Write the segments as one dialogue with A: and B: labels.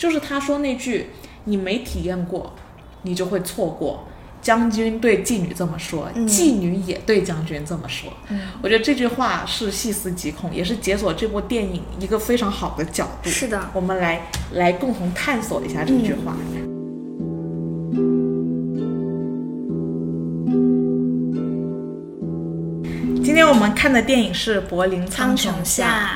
A: 就是他说那句“你没体验过，你就会错过”。将军对妓女这么说，
B: 嗯
A: 妓女也对将军这么说。
B: 嗯
A: 我觉得这句话是细思极恐，也是解锁这部电影一个非常好的角度。
B: 是的，嗯
A: 我们来来共同探索一下这句话。今天我们看的电影是《柏林
B: 苍
A: 苍穹下》，
B: 穹下，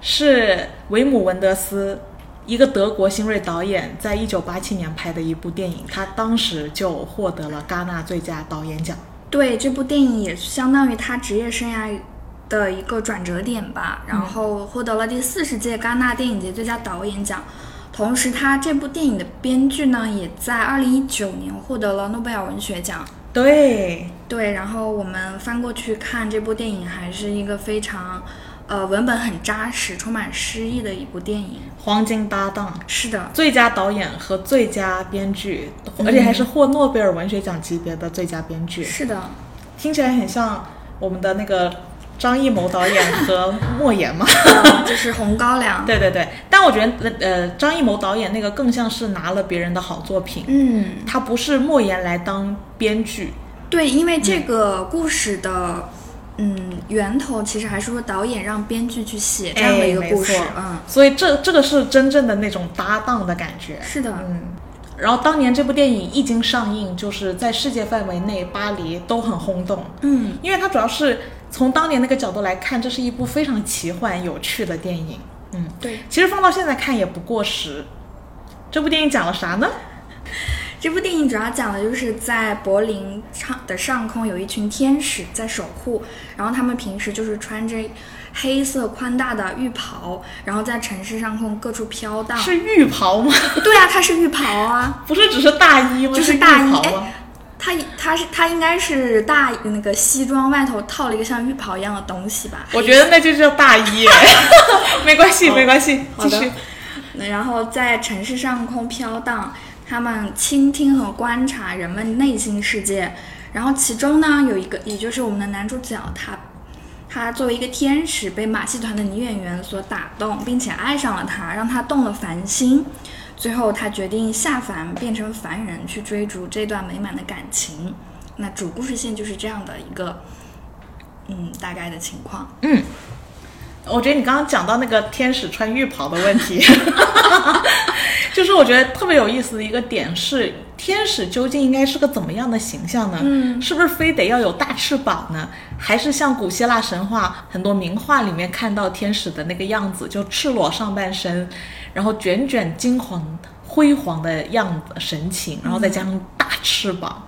A: 是维姆·文德斯，一个德国新锐导演，在一九八七年拍的一部电影，他当时就获得了戛纳最佳导演奖。
B: 对这部电影也相当于他职业生涯的一个转折点吧，然后获得了第四十届戛纳电影节最佳导演奖。同时，他这部电影的编剧呢，也在二零一九年获得了诺贝尔文学奖。
A: 对，
B: 对，然后我们翻过去看这部电影，还是一个非常，呃，文本很扎实、充满诗意的一部电影。
A: 黄金搭档。
B: 是的，
A: 最佳导演和最佳编剧，而且还是获诺贝尔文学奖级别的最佳编剧，
B: 是的，
A: 听起来很像我们的那个张艺谋导演和莫言嘛。
B: 呃就是红高粱。
A: 对对对，但我觉得呃，张艺谋导演那个更像是拿了别人的好作品，
B: 嗯，
A: 他不是莫言来当编剧。
B: 对，因为
A: 嗯
B: 这个故事的，嗯，源头其实还是说导演让编剧去写这样的一个
A: 哎
B: 故事
A: 没错，
B: 嗯，
A: 所以这这个是真正的那种搭档的感觉。
B: 是的，
A: 嗯，然后当年这部电影一经上映，就是在世界范围内巴黎都很轰动，
B: 嗯，
A: 因为它主要是从当年那个角度来看，这是一部非常奇幻有趣的电影。嗯，
B: 对，
A: 其实放到现在看也不过时。这部电影讲了啥呢？
B: 这部电影主要讲的就是在柏林上的上空有一群天使在守护，然后他们平时就是穿着黑色宽大的浴袍，然后在城市上空各处飘荡。
A: 是浴袍吗？
B: 对啊，它是浴袍啊，
A: 不是只是大衣吗？
B: 就是
A: 浴
B: 大衣
A: 袍
B: 哎
A: 吗？
B: 它它是它应该是大那个西装外头套了一个像浴袍一样的东西吧。
A: 我觉得那就叫大衣。 哎没关系，没关系，
B: 好
A: 继
B: 的
A: 续。
B: 那然后在城市上空飘荡，他们倾听和观察人们内心世界。然后其中呢，有一个，也就是我们的男主角，他他作为一个天使，被马戏团的女演员所打动，并且爱上了她，让他动了凡心。最后，他决定下凡，变成凡人，去追逐这段美满的感情。那主故事线就是这样的一个，嗯，大概的情况。
A: 我觉得你刚刚讲到那个天使穿浴袍的问题， 就是我觉得特别有意思的一个点是，天使究竟应该是个怎么样的形象呢？
B: 嗯，
A: 是不是非得要有大翅膀呢？还是像古希腊神话很多名画里面看到天使的那个样子，就赤裸上半身，然后卷卷金黄辉煌的样子神情，然后再加上大翅膀。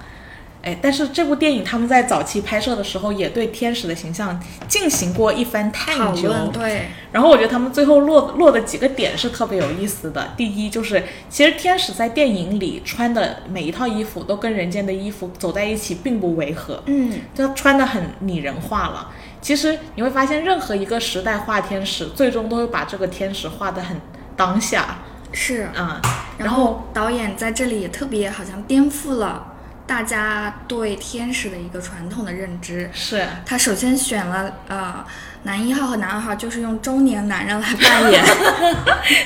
A: 哎，但是这部电影他们在早期拍摄的时候，也对天使的形象进行过一番探
B: 讨
A: 究。
B: 论对，
A: 然后我觉得他们最后落落的几个点是特别有意思的。第一就是，其实天使在电影里穿的每一套衣服都跟人间的衣服走在一起并不违和，
B: 嗯，
A: 就穿的很拟人化了。其实你会发现，任何一个时代画天使，最终都会把这个天使画得很当下
B: 是。
A: 啊、
B: 然后导演在这里也特别好像颠覆了大家对天使的一个传统的认知。
A: 是
B: 他首先选了呃男一号和男二号，就是用中年男人来扮演。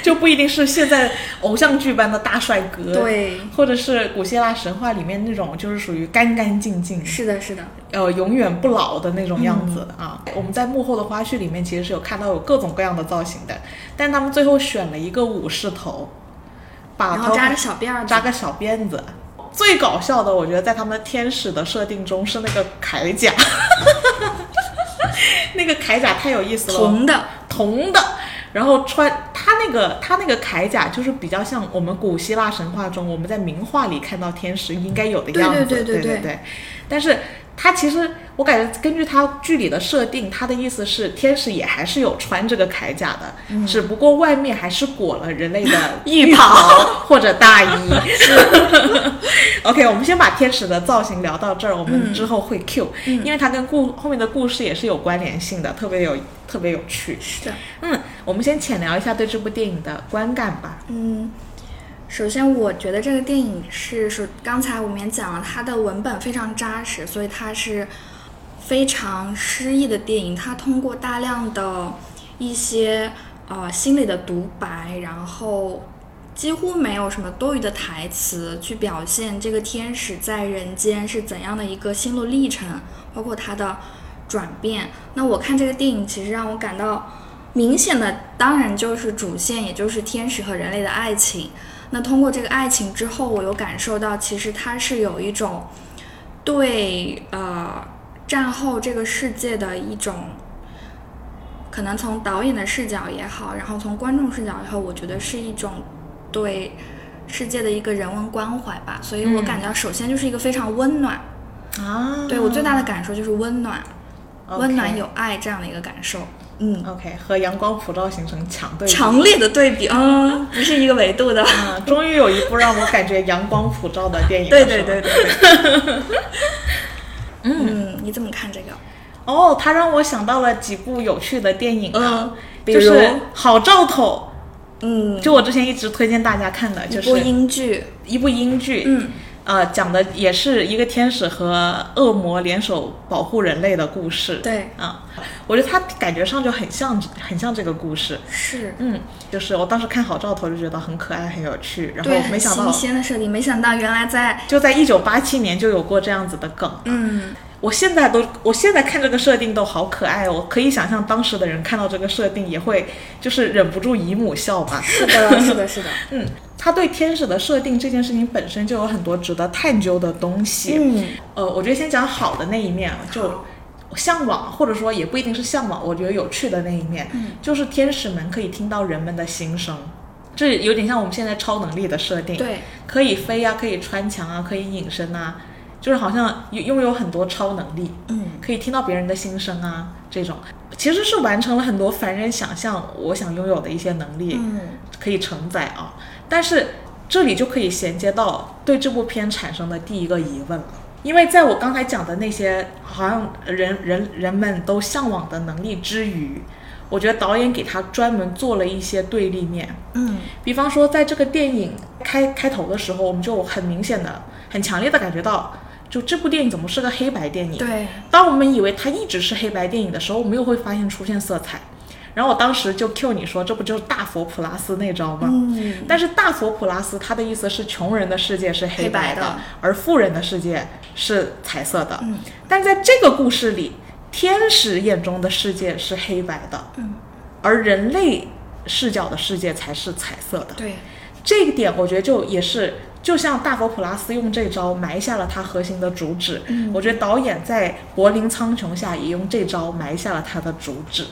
A: 就不一定是现在偶像剧般的大帅哥，，
B: 对，
A: 或者是古希腊神话里面那种就是属于干干净净，
B: 是的，是的，
A: 呃永远不老的那种
B: 嗯
A: 样子、啊。我们在幕后的花絮里面其实是有看到有各种各样的造型的，但他们最后选了一个武士头，把
B: 然
A: 头
B: 后扎
A: 发
B: 着小辫儿，
A: 扎个小辫子。最搞笑的，我觉得在他们天使的设定中是那个铠甲， 那个铠甲太有意思了，
B: 红的，
A: 铜的，然后穿他那个他那个铠甲就是比较像我们古希腊神话中我们在名画里看到天使应该有的样子，
B: 对对对
A: 对
B: 对对
A: 但是他其实我感觉根据他剧里的设定，他的意思是天使也还是有穿这个铠甲的，只不过外面还是裹了人类的
B: 嗯 浴袍
A: 或者大 衣。OK，我们先把天使的造型聊到这儿，我
B: 嗯
A: 们之后会 Q，、因为它跟故后面的故事也是有关联性的，特别有特别有趣。
B: 是的，
A: 嗯，我们先浅聊一下对这部电影的观感吧。
B: 嗯。首先，我觉得这个电影是是刚才我们也讲了，它的文本非常扎实，所以它是非常诗意的电影。它通过大量的一些呃心理的独白，然后几乎没有什么多余的台词去表现这个天使在人间是怎样的一个心路历程，包括他的转变。那我看这个电影，其实让我感到明显的，当然就是主线，也就是天使和人类的爱情。那通过这个爱情之后，我有感受到，其实它是有一种对呃战后这个世界的一种，可能从导演的视角也好，然后从观众视角也好，我觉得是一种对世界的一个人文关怀吧。所以我感觉，首先就是一个非常温暖，
A: 啊，
B: 对我最大的感受就是温暖，
A: 嗯 OK
B: 温暖有爱这样的一个感受。嗯，
A: OK 和阳光普照形成强对比。
B: 强烈的对比，嗯，不是一个维度的。
A: 啊，终于有一部让我感觉阳光普照的电影了。
B: 对
A: 是
B: 对
A: 吧
B: 对对对。嗯，你怎么看这个？
A: 哦，它让我想到了几部有趣的电影啊，
B: 嗯比
A: 就是
B: 如
A: 《好兆头
B: 嗯》，，
A: 就我之前一直推荐大家看的，
B: 一
A: 就
B: 部
A: 是
B: 英剧，
A: 一部英剧，
B: 嗯，
A: 呃，讲的也是一个天使和恶魔联手保护人类的故事。
B: 对，
A: 啊，我觉得它感觉上就很像，很像这个故事。
B: 是
A: 嗯，就是我当时看好兆头就觉得很可爱、很有趣，然后
B: 对，
A: 没
B: 很
A: 想到
B: 新鲜的设定，没想到原来在，
A: 就在一九八七年就有过这样子的梗。
B: 嗯，
A: 我现在都，我现在看这个设定都好可爱哦，我可以想象当时的人看到这个设定也会就是忍不住姨母笑 吧。
B: 是的，是的，是的，
A: 嗯，他对天使的设定这件事情本身就有很多值得探究的东西。
B: 嗯，
A: 呃，我觉得先讲好的那一面，啊就向往，或者说也不一定是向往，我觉得有趣的那一面，
B: 嗯
A: 就是天使们可以听到人们的心声，这有点像我们现在超能力的设定。
B: 对，
A: 可以飞啊，可以穿墙啊，可以隐身啊，就是好像拥拥有很多超能力，
B: 嗯，
A: 可以听到别人的心声啊，这种其实是完成了很多凡人想象我想拥有的一些能力，
B: 嗯，
A: 可以承载啊。但是这里就可以衔接到对这部片产生的第一个疑问了。因为在我刚才讲的那些好像人人人们都向往的能力之余，我觉得导演给他专门做了一些对立面，
B: 嗯，
A: 比方说，在这个电影开开头的时候，我们就很明显的、很强烈的感觉到，就这部电影怎么是个黑白电影？
B: 对，
A: 当我们以为它一直是黑白电影的时候，我们又会发现出现色彩。然后我当时就 Q 你说，这不就是大佛普拉斯那招吗？
B: 嗯，
A: 但是大佛普拉斯他的意思是，穷人的世界是黑白
B: 黑白的
A: 而富人的世界是彩色的。
B: 嗯，
A: 但在这个故事里，天使眼中的世界是黑白的，
B: 嗯，
A: 而人类视角的世界才是彩色的。
B: 对，
A: 这一点我觉得就也是，就像大佛普拉斯用这招埋下了他核心的主旨，
B: 嗯
A: 我觉得导演在柏林苍穹下也用这招埋下了他的主旨。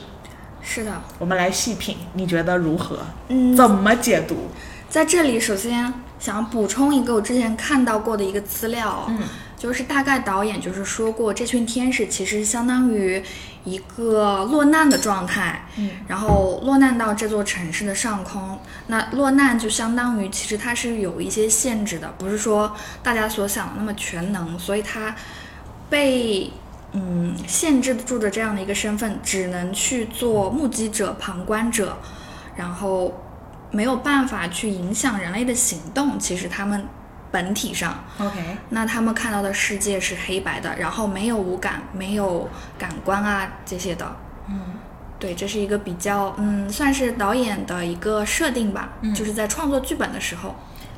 B: 是的，
A: 我们来细品，你觉得如何？
B: 嗯，
A: 怎么解读？
B: 在这里，首先想补充一个我之前看到过的一个资料，哦
A: 嗯，
B: 就是大概导演就是说过，这群天使其实相当于一个落难的状态，
A: 嗯，
B: 然后落难到这座城市的上空。那落难就相当于，其实它是有一些限制的，不是说大家所想的那么全能，所以它被嗯限制住的这样的一个身份，只能去做目击者、旁观者，然后没有办法去影响人类的行动。其实他们本体上，
A: OK，
B: 那他们看到的世界是黑白的，然后没有五感，没有感官啊这些的。
A: 嗯
B: 对，这是一个比较嗯，算是导演的一个设定吧，就是在创作剧本的时候，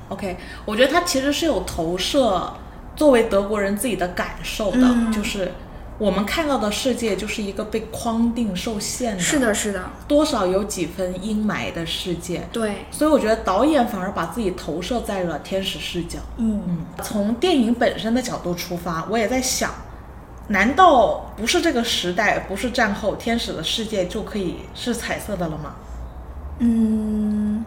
A: ，OK，我觉得他其实是有投射作为德国人自己的感受的，
B: 嗯
A: 就是我们看到的世界就是一个被框定、受限的，
B: 是的，是的，
A: 多少有几分阴霾的世界。
B: 对，
A: 所以我觉得导演反而把自己投射在了天使视角。
B: 嗯，
A: 嗯，从电影本身的角度出发，我也在想，难道不是这个时代，不是战后，天使的世界就可以是彩色的了吗？
B: 嗯，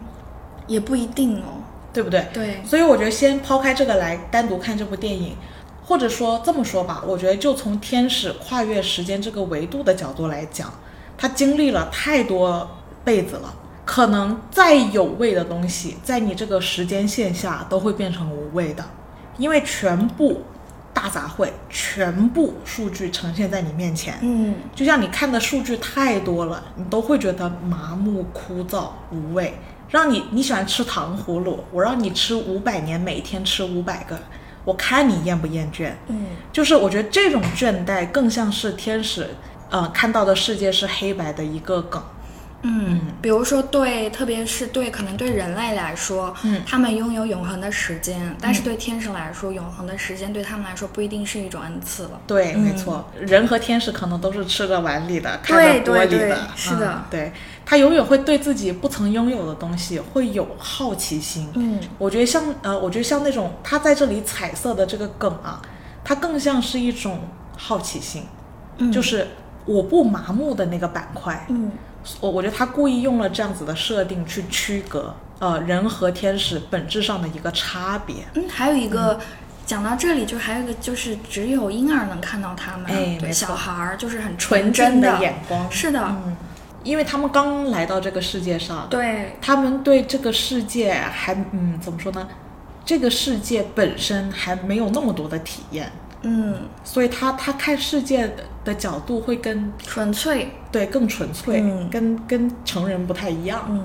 B: 也不一定哦，
A: 对不对？
B: 对，
A: 所以我觉得先抛开这个来单独看这部电影，或者说这么说吧，我觉得就从天使跨越时间这个维度的角度来讲，他经历了太多辈子了，可能再有味的东西，在你这个时间线下都会变成无味的，因为全部大杂烩，全部数据呈现在你面前。
B: 嗯，
A: 就像你看的数据太多了，你都会觉得麻木、枯燥、无味。让你你喜欢吃糖葫芦，我让你吃五百年，每天吃五百个，我看你厌不厌倦。
B: 嗯，
A: 就是我觉得这种倦怠更像是天使，呃，看到的世界是黑白的一个梗。
B: 嗯，比如说对，特别是对可能对人类来说，
A: 嗯
B: 他们拥有永恒的时间，但是对天使来说，永恒的时间对他们来说不一定是一种恩赐了。
A: 对，没错，人和天使可能都是吃着碗里的，看着
B: 嗯对
A: 锅里
B: 对
A: 的，
B: 是的
A: 嗯对他永远会对自己不曾拥有的东西会有好奇心。
B: 嗯
A: 我觉得像呃，我觉得像那种他在这里彩色的这个梗啊，它更像是一种好奇心，
B: 嗯
A: 就是我不麻木的那个板块。
B: 嗯
A: 我我觉得他故意用了这样子的设定去区隔呃人和天使本质上的一个差别。
B: 嗯，还有一个。讲到这里，就还有一个就是，只有婴儿能看到他们，
A: 哎
B: 对
A: 没错
B: 小孩儿就是很
A: 纯
B: 真
A: 真
B: 的
A: 的眼光
B: 是的，
A: 嗯，因为他们刚来到这个世界上，
B: 对，
A: 他们对这个世界还嗯怎么说呢？这个世界本身还没有那么多的体验，
B: 嗯，
A: 所以他他看世界的角度会跟
B: 纯粹，
A: 对更纯粹，
B: 嗯
A: 跟跟成人不太一样。
B: 嗯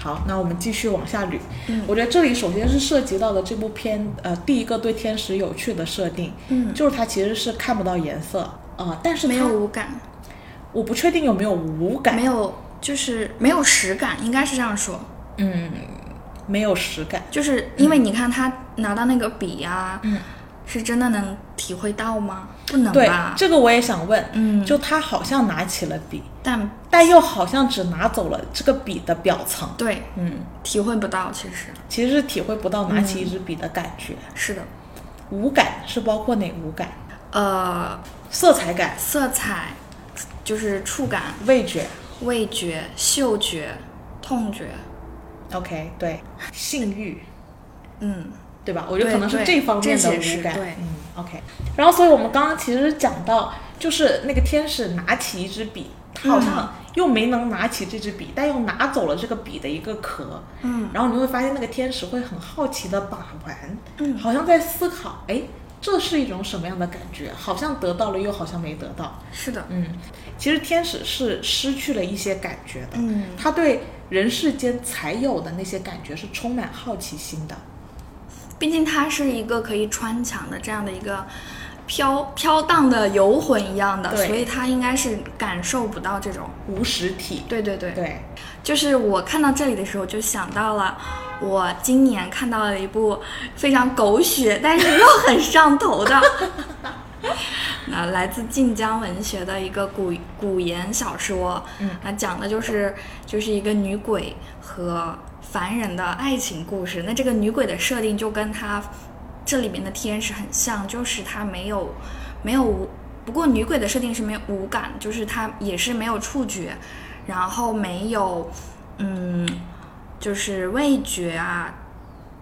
A: 好，那我们继续往下捋。
B: 嗯
A: 我觉得这里首先是涉及到了这部片呃第一个对天使有趣的设定，
B: 嗯，
A: 就是它其实是看不到颜色啊、呃但是
B: 没有
A: 它
B: 无感，
A: 我不确定有没有无感，
B: 没有就是没有实感，应该是这样说，
A: 嗯，没有实感。
B: 就是因为你看他拿到那个笔啊，
A: 嗯，
B: 是真的能体会到吗？不能
A: 对
B: 吧，？
A: 这个我也想问，
B: 嗯，
A: 就他好像拿起了笔，
B: 但
A: 但又好像只拿走了这个笔的表层。
B: 对
A: 嗯，
B: 体会不到，其实
A: 其实是体会不到拿
B: 嗯
A: 起一支笔的感觉。
B: 是的，
A: 无感是包括哪五感？
B: 呃，
A: 色彩感、
B: 色彩就是触感、
A: 味觉。
B: 味觉、嗅觉、痛觉，
A: OK，对，性欲，
B: 嗯，
A: 对吧？我觉得
B: 对
A: 可能是
B: 对
A: 这方面的
B: 这解释
A: 无感。
B: 对
A: 嗯，OK。然后，所以我们刚刚其实讲到，就是那个天使拿起一支笔，他好
B: 嗯
A: 像又没能拿起这支笔，但又拿走了这个笔的一个壳。
B: 嗯，
A: 然后你会发现那个天使会很好奇的把玩，
B: 嗯
A: 好像在思考，哎，这是一种什么样的感觉？好像得到了，又好像没得到。
B: 是的，
A: 嗯，其实天使是失去了一些感觉的，
B: 嗯
A: 他对人世间才有的那些感觉是充满好奇心的。
B: 毕竟它是一个可以穿墙的这样的一个飘飘荡的游魂一样的，
A: 对
B: 所以它应该是感受不到这种。
A: 无实体，
B: 对对对，
A: 对，
B: 就是我看到这里的时候，就想到了我今年看到了一部非常狗血，但是又很上头的，那呃来自晋江文学的一个古古言小说，
A: 嗯，
B: 那讲的就是就是一个女鬼和凡人的爱情故事。那这个女鬼的设定就跟她这里面的天使很像，就是她没有没有无，不过女鬼的设定是没有无感，就是她也是没有触觉，然后没有嗯，就是味觉啊、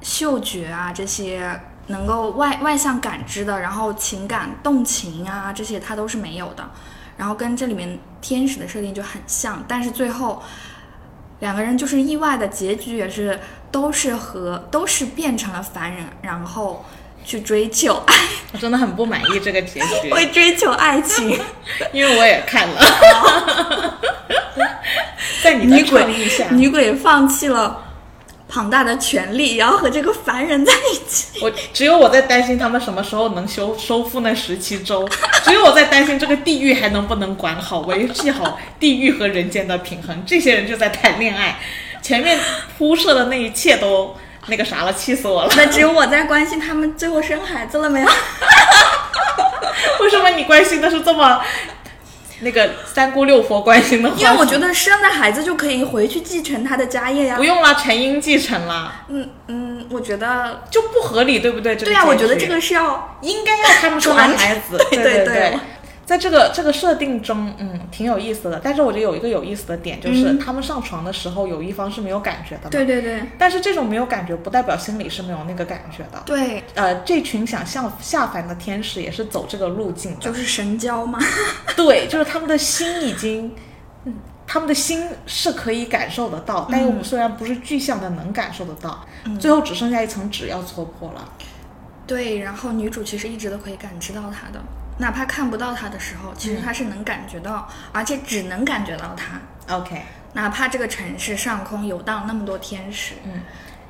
B: 嗅觉啊这些能够外外向感知的，然后情感动情啊这些它都是没有的，然后跟这里面天使的设定就很像，但是最后两个人就是意外的结局也是都是和都是变成了凡人，然后去追求爱，，
A: 我真的很不满意这个结局
B: 会追求爱情。
A: 因为我也看了， 在你的
B: 女
A: 创意下
B: 鬼，，女鬼放弃了庞大的权力，然后和这个凡人在一起。
A: 我只有我在担心他们什么时候能修收复那十七 州，只有我在担心这个地狱还能不能管好，维系好地狱和人间的平衡。这些人就在谈恋爱，前面铺设的那一切都那个啥了，气死我 了！
B: 那只有我在关心他们最后生孩子了没有？
A: 为什么你关心的是这么那个三姑六婆关心的话题？
B: 因为我觉得生了孩子就可以回去继承他的家业呀
A: 不。用了，陈英继承了
B: 嗯嗯，我觉得
A: 就不合理，对不对？这个
B: 对呀、啊
A: 结
B: 我觉得
A: 局
B: 这个是要
A: 应该要他们生完孩
B: ，
A: 子
B: 对
A: 对
B: 对对
A: 在这个这个设定中，嗯，挺有意思的。但是我觉得有一个有意思的点，就是、他们上床的时候，有一方是没有感觉的嘛。
B: 嗯对。对对
A: 但是这种没有感觉，不代表心里是没有那个感觉的。
B: 对，
A: 呃，这群想向下凡的天使也是走这个路径的。
B: 就是神交嘛。
A: 对，就是他们的心已经，嗯他们的心是可以感受得到，但
B: 嗯
A: 又虽然不是具象的能感受得到，最后只剩下一层纸要戳破了。
B: 对，然后女主其实一直都可以感知到他的，哪怕看不到他的时候，其实她是能感觉到，而且只能感觉到他。
A: OK，
B: 哪怕这个城市上空游荡那么多天使，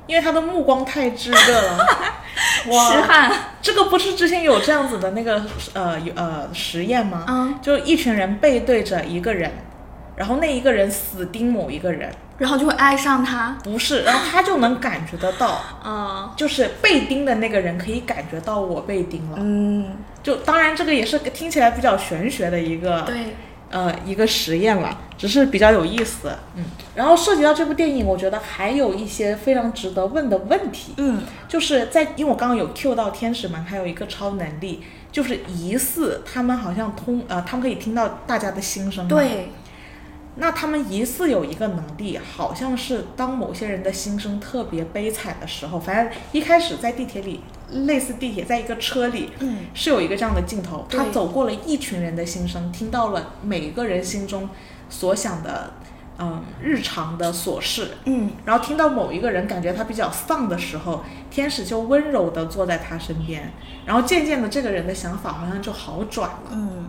A: 因为他的目光太炙热了，
B: 痴
A: 哇！
B: 汉，
A: 这个不是之前有这样子的那个呃有呃实验吗？
B: 嗯，
A: 就一群人背对着一个人，然后那一个人死盯某一个人，
B: 然后就会爱上他。
A: 不是，然后他就能感觉得到，
B: 啊，
A: 就是被盯的那个人可以感觉到我被盯了。
B: 嗯，
A: 就当然这个也是听起来比较玄学的一个
B: 对，
A: 呃一个实验了，只是比较有意思。嗯，然后涉及到这部电影，我觉得还有一些非常值得问的问题，
B: 嗯
A: 就是在因为我刚刚有 cue 到天使们还有一个超能力，就是疑似他们好像通呃他们可以听到大家的心声。，
B: 对，
A: 那他们疑似有一个能力，好像是当某些人的心声特别悲惨的时候，反正一开始在地铁里，类似地铁在一个车里，
B: 嗯
A: 是有一个这样的镜头，
B: 对
A: 他走过了一群人的心声，听到了每个人心中所想的，嗯，日常的琐事。
B: 嗯，
A: 然后听到某一个人感觉他比较丧的时候，天使就温柔地坐在他身边，然后渐渐的这个人的想法好像就好转了。
B: 嗯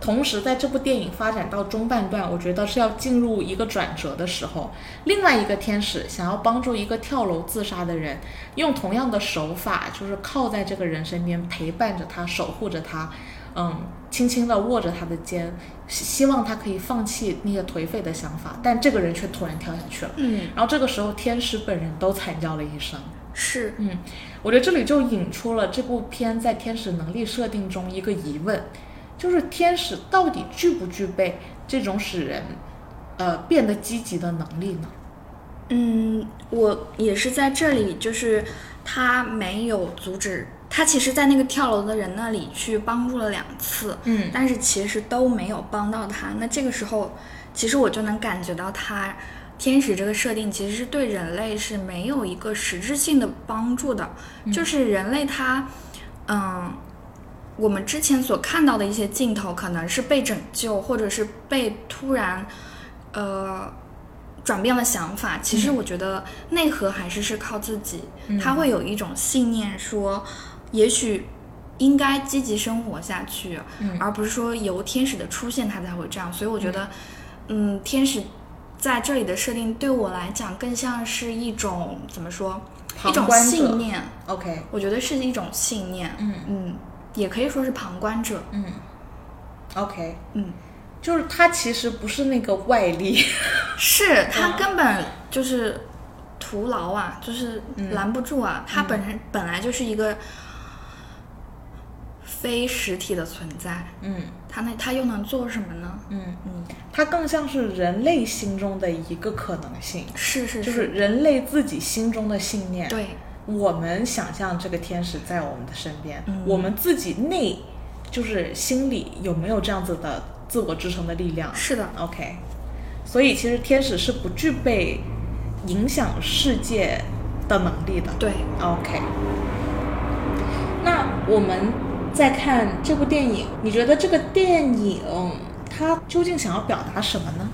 A: 同时，在这部电影发展到中半段，我觉得是要进入一个转折的时候。另外一个天使想要帮助一个跳楼自杀的人，用同样的手法，就是靠在这个人身边，陪伴着他，守护着他，嗯，轻轻地握着他的肩，希希望他可以放弃那些颓废的想法。但这个人却突然跳下去了。
B: 嗯，
A: 然后这个时候，天使本人都惨叫了一声。
B: 是，
A: 嗯，我觉得这里就引出了这部片在天使能力设定中一个疑问，就是天使到底具不具备这种使人呃变得积极的能力呢？
B: 嗯，我也是在这里，就是他没有阻止他，其实，在那个跳楼的人那里去帮助了两次，
A: 嗯
B: 但是其实都没有帮到他。那这个时候，其实我就能感觉到他天使这个设定其实是对人类是没有一个实质性的帮助的，就是人类他，嗯。我们之前所看到的一些镜头，可能是被拯救，或者是被突然，呃，转变了想法。其
A: 嗯
B: 实我觉得内核还是是靠自己，他会有一种信念说，也许应该积极生活下去，
A: 嗯
B: 而不是说由天使的出现他才会这样。所以我觉得，嗯，天使在这里的设定对我来讲更像是一种怎么说，一
A: 旁
B: 种
A: 观者
B: 信念。
A: ，OK，
B: 我觉得是一种信念，
A: 嗯
B: 嗯，也可以说是旁观者，
A: 嗯，OK，
B: 嗯，
A: 就是他其实不是那个外力，
B: 是
A: 嗯
B: 他根本就是徒劳啊，就是
A: 嗯
B: 拦不住啊，他本身本来就是一个非实体的存在，
A: 嗯
B: 他那他又能做什么呢？
A: 嗯，
B: 嗯，
A: 他更像是人类心中的一个可能性，
B: 是是
A: 就是人类自己心中的信念。
B: 对，
A: 我们想象这个天使在我们的身边，
B: 嗯
A: 我们自己内就是心里有没有这样子的自我支撑的力量
B: 是的，
A: ？OK，所以其实天使是不具备影响世界的能力的。
B: 对，
A: OK，那我们再看这部电影，你觉得这个电影它究竟想要表达什么呢？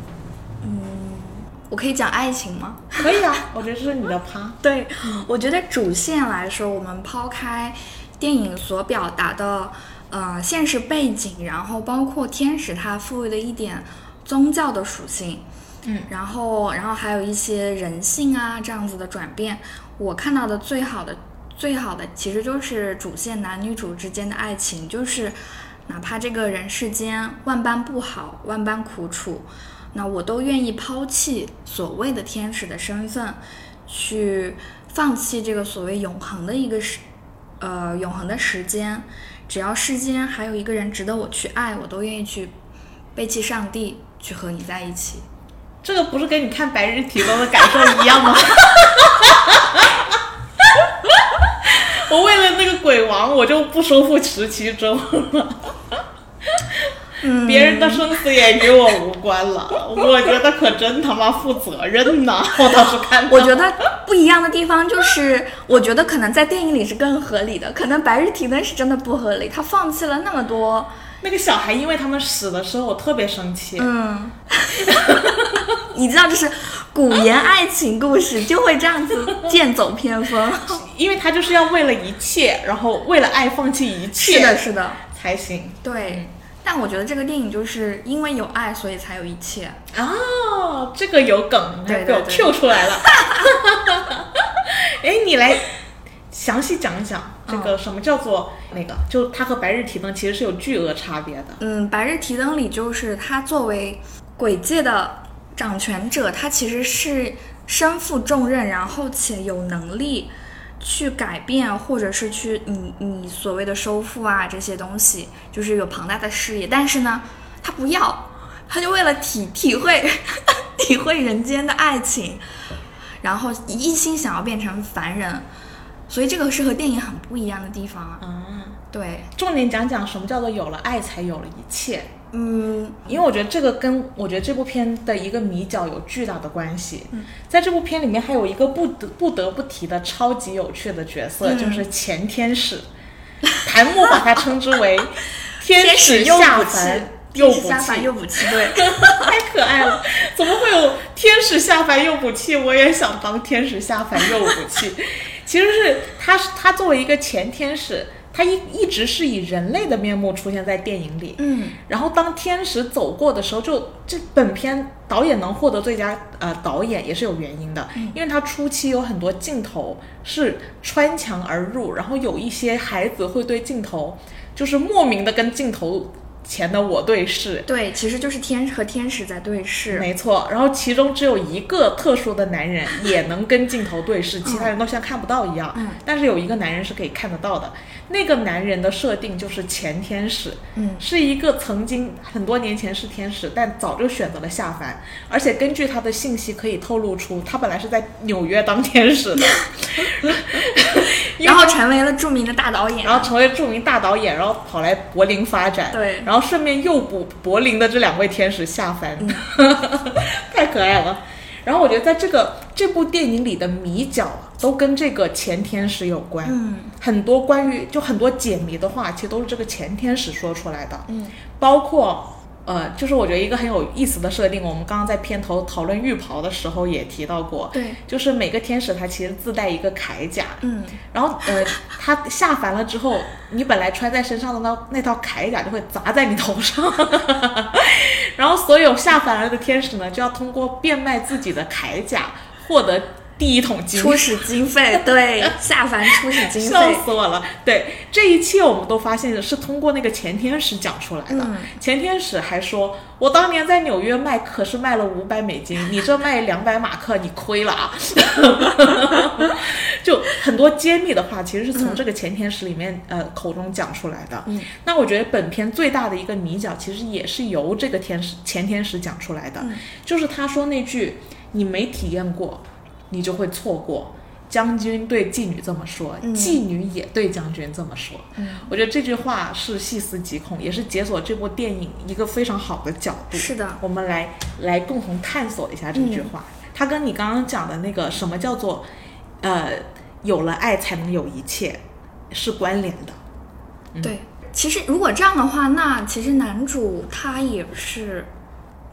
B: 我可以讲爱情吗？
A: 可以啊，我觉得这是你的趴。
B: 对，我觉得主线来说，我们抛开电影所表达的呃现实背景，然后包括天使它赋予的一点宗教的属性，
A: 嗯，
B: 然后然后还有一些人性啊这样子的转变，我看到的最好的最好的其实就是主线男女主之间的爱情，就是哪怕这个人世间万般不好，万般苦楚。那我都愿意抛弃所谓的天使的身份，去放弃这个所谓永恒的一个时，呃，永恒的时间。只要世间还有一个人值得我去爱，我都愿意去背弃上帝，去和你在一起。
A: 这个不是跟你看《白日提灯》的感受一样吗？ 我为了那个鬼王，我就不收复十七州了。
B: 嗯
A: 别人的生死也与我无关了，我觉得可真他妈负责任呐！我当时看到，
B: 我觉得不一样的地方就是，我觉得可能在电影里是更合理的，可能白日提灯是真的不合理，他放弃了那么多，
A: 那个小孩因为他们死的时候，我特别生气。
B: 嗯， 你知道，就是古言爱情故事就会这样子剑走偏锋，
A: 因为他就是要为了一切，然后为了爱放弃一
B: 是 的，
A: 切
B: 是的。
A: 才行。
B: 对，但我觉得这个电影就是因为有爱，所以才有一切。
A: 哦，这个有梗，
B: 对
A: 还被我
B: 对对
A: Q 出来 了。哎，你来详细讲一讲这
B: 哦
A: 个什么叫做那个，就它和《白日提灯》其实是有巨额差别的。
B: 嗯，《白日提灯》里就是它作为鬼界的掌权者，他其实是身负重任，然后且有能力去改变，或者是去你你所谓的收复啊这些东西，就是有庞大的事业。但是呢，他不要，他就为了体体会 体会人间的爱情，然后一心想要变成凡人。所以这个是和电影很不一样的地方啊。
A: 啊，
B: 对，
A: 重点讲讲什么叫做有了爱才有了一切。
B: 嗯，
A: 因为我觉得这个跟我觉得这部片的一个迷角有巨大的关系。
B: 嗯
A: 在这部片里面还有一个不得不得不提的超级有趣的角色，
B: 嗯
A: 就是前天 使，檀木把它称之为天使
B: 又
A: 下
B: 不
A: 凡
B: 弃，
A: 又不
B: 天使下凡
A: 弃，
B: 又不弃，对。
A: 太可爱了！怎么会有天使下凡又补气？我也想当天使下凡又补气。 其实是他，他作为一个前天使，他一一直是以人类的面目出现在电影里。
B: 嗯，
A: 然后当天使走过的时候，就这本片导演能获得最佳呃导演也是有原因的，因为他初期有很多镜头是穿墙而入，然后有一些孩子会对镜头就是莫名的跟镜头前的我对视，
B: 对，其实就是天和天使在对视。
A: 没错，然后其中只有一个特殊的男人也能跟镜头对视，其他人都像看不到一样。
B: 嗯
A: 但是有一个男人是可以看得到的，那个男人的设定就是前天使，
B: 嗯
A: 是一个曾经很多年前是天使，但早就选择了下凡，而且根据他的信息可以透露出，他本来是在纽约当天使的， 因为
B: 然后成为了著名的大导演。
A: 然后成为著名大导演，然后跑来柏林发展，
B: 对
A: 然后顺便诱捕柏林的这两位天使下凡，
B: 嗯
A: 太可爱了。然后我觉得在这个这部电影里的米角啊都跟这个前天使有关，
B: 嗯
A: 很多关于就很多解谜的话，其实都是这个前天使说出来的，
B: 嗯
A: 包括呃，就是我觉得一个很有意思的设定，我们刚刚在片头讨论浴袍的时候也提到过，
B: 对，
A: 就是每个天使他其实自带一个铠甲，
B: 嗯
A: 然后呃，他下凡了之后，你本来穿在身上的那那套铠甲就会砸在你头上， 然后所有下凡了的天使呢，就要通过变卖自己的铠甲获得第一桶金。
B: 初始经费， 对，下凡初始经
A: 笑
B: 费。
A: 死我了！对，这一切我们都发现是通过那个前天使讲出来的。
B: 嗯
A: 前天使还说：“我当年在纽约卖可是卖了五百美 金，你这卖两百马克，你亏了啊！”就很多揭秘的话，其实是从这个前天使里面、呃口中讲出来的。
B: 嗯，
A: 那我觉得本片最大的一个迷角，其实也是由这个天使前天使讲出来的，
B: 嗯
A: 就是他说那句“你没体验过，你就会错过”。将军对妓女这么说，
B: 嗯
A: 妓女也对将军这么说。
B: 嗯
A: 我觉得这句话是细思极恐，也是解锁这部电影一个非常好的角度。
B: 是的，嗯
A: 我们来来共同探索一下这句话。它跟你刚刚讲的那个什么叫做，呃，有了爱才能有一切，是关联的。
B: 对。其实如果这样的话，那其实男主他也是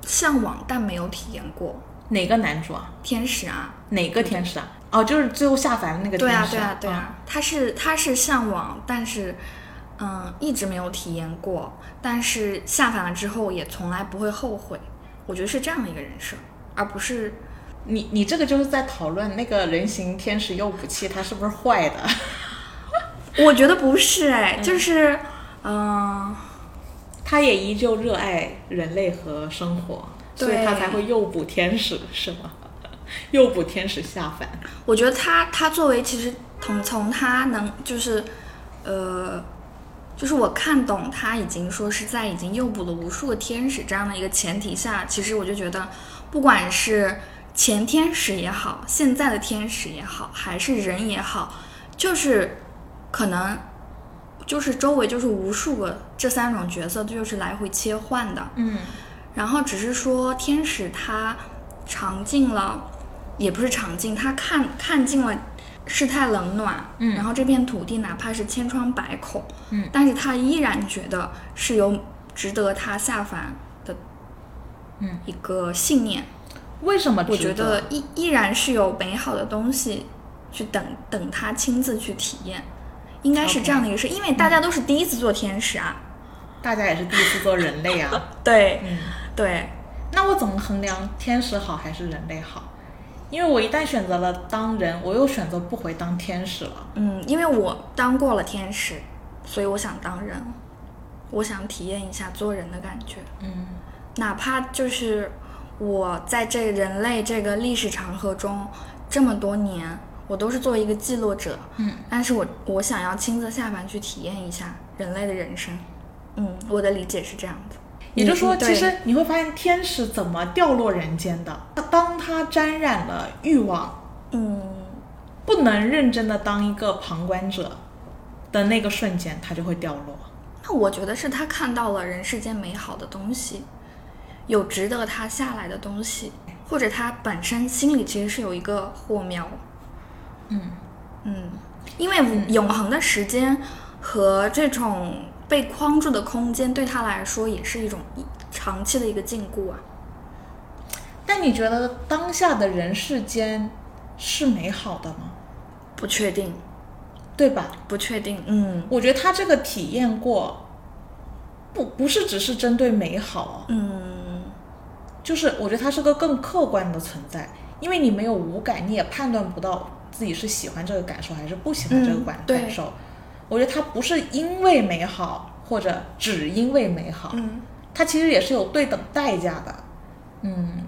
B: 向往但没有体验过
A: 哪个男主啊？
B: 天使啊。
A: 哪个天使啊？哦，就是最后下凡的那个天
B: 对
A: 使、哦
B: 啊，对啊，对
A: 嗯
B: 啊，他是他是向往，但是嗯，一直没有体验过，但是下凡了之后也从来不会后悔。我觉得是这样的一个人设，而不是
A: 嗯。你你这个就是在讨论那个人形天使诱捕器它是不是坏的？
B: 我觉得不是哎，就是嗯、
A: 他也依旧热爱人类和生活，所以
B: 对
A: 他才会诱捕天使，是吗？ 诱捕天使下凡，
B: 我觉得他他作为其实从从他能就是呃。就是我看懂他已经说是在已经诱捕了无数个天使这样的一个前提下，其实我就觉得，不管是前天使也好，现在的天使也好，还是人也好，就是可能就是周围就是无数个这三种角色就是来回切换的，
A: 嗯
B: 然后只是说天使他尝尽了，也不是尝尽，他看看尽了世态冷暖，
A: 嗯
B: 然后这片土地哪怕是千疮百孔，
A: 嗯
B: 但是他依然觉得是有值得他下凡的，
A: 嗯，
B: 一个信念，
A: 为什么值？
B: 我觉得依依然是有美好的东西去等等他亲自去体验。应该是这样的一个事因为大家都是第一次做天使啊。
A: 大家也是第一次做人类 啊。
B: 对
A: 嗯，
B: 对，
A: 那我怎么衡量天使好还是人类好？因为我一旦选择了当人，我又选择不回当天使了。
B: 嗯，因为我当过了天使，所以我想当人，我想体验一下做人的感觉。
A: 嗯，
B: 哪怕就是我在这人类这个历史长河中这么多年，我都是作为一个记录者，
A: 嗯，
B: 但是我我想要亲自下凡去体验一下人类的人生，嗯，我的理解是这样子。
A: 也就是说，
B: 嗯
A: 其实你会发现天使怎么掉落人间的。当他沾染了欲望，
B: 嗯，
A: 不能认真的当一个旁观者的那个瞬间，他就会掉落。
B: 那我觉得是他看到了人世间美好的东西，有值得他下来的东西，或者他本身心里其实是有一个火苗。
A: 嗯
B: 嗯，因为永恒的时间和这种被框住的空间，对他来说也是一种长期的一个禁锢啊。
A: 但你觉得当下的人世间是美好的吗？
B: 不确定，
A: 对吧？
B: 不确定。嗯
A: 我觉得他这个体验过，不不是只是针对美好哦，
B: 嗯，
A: 就是我觉得它是个更客观的存在，因为你没有五感，你也判断不到自己是喜欢这个感受还是不喜欢这个感
B: 嗯对
A: 感受。我觉得它不是因为美好或者只因为美好，
B: 嗯
A: 它其实也是有对等代价的。嗯，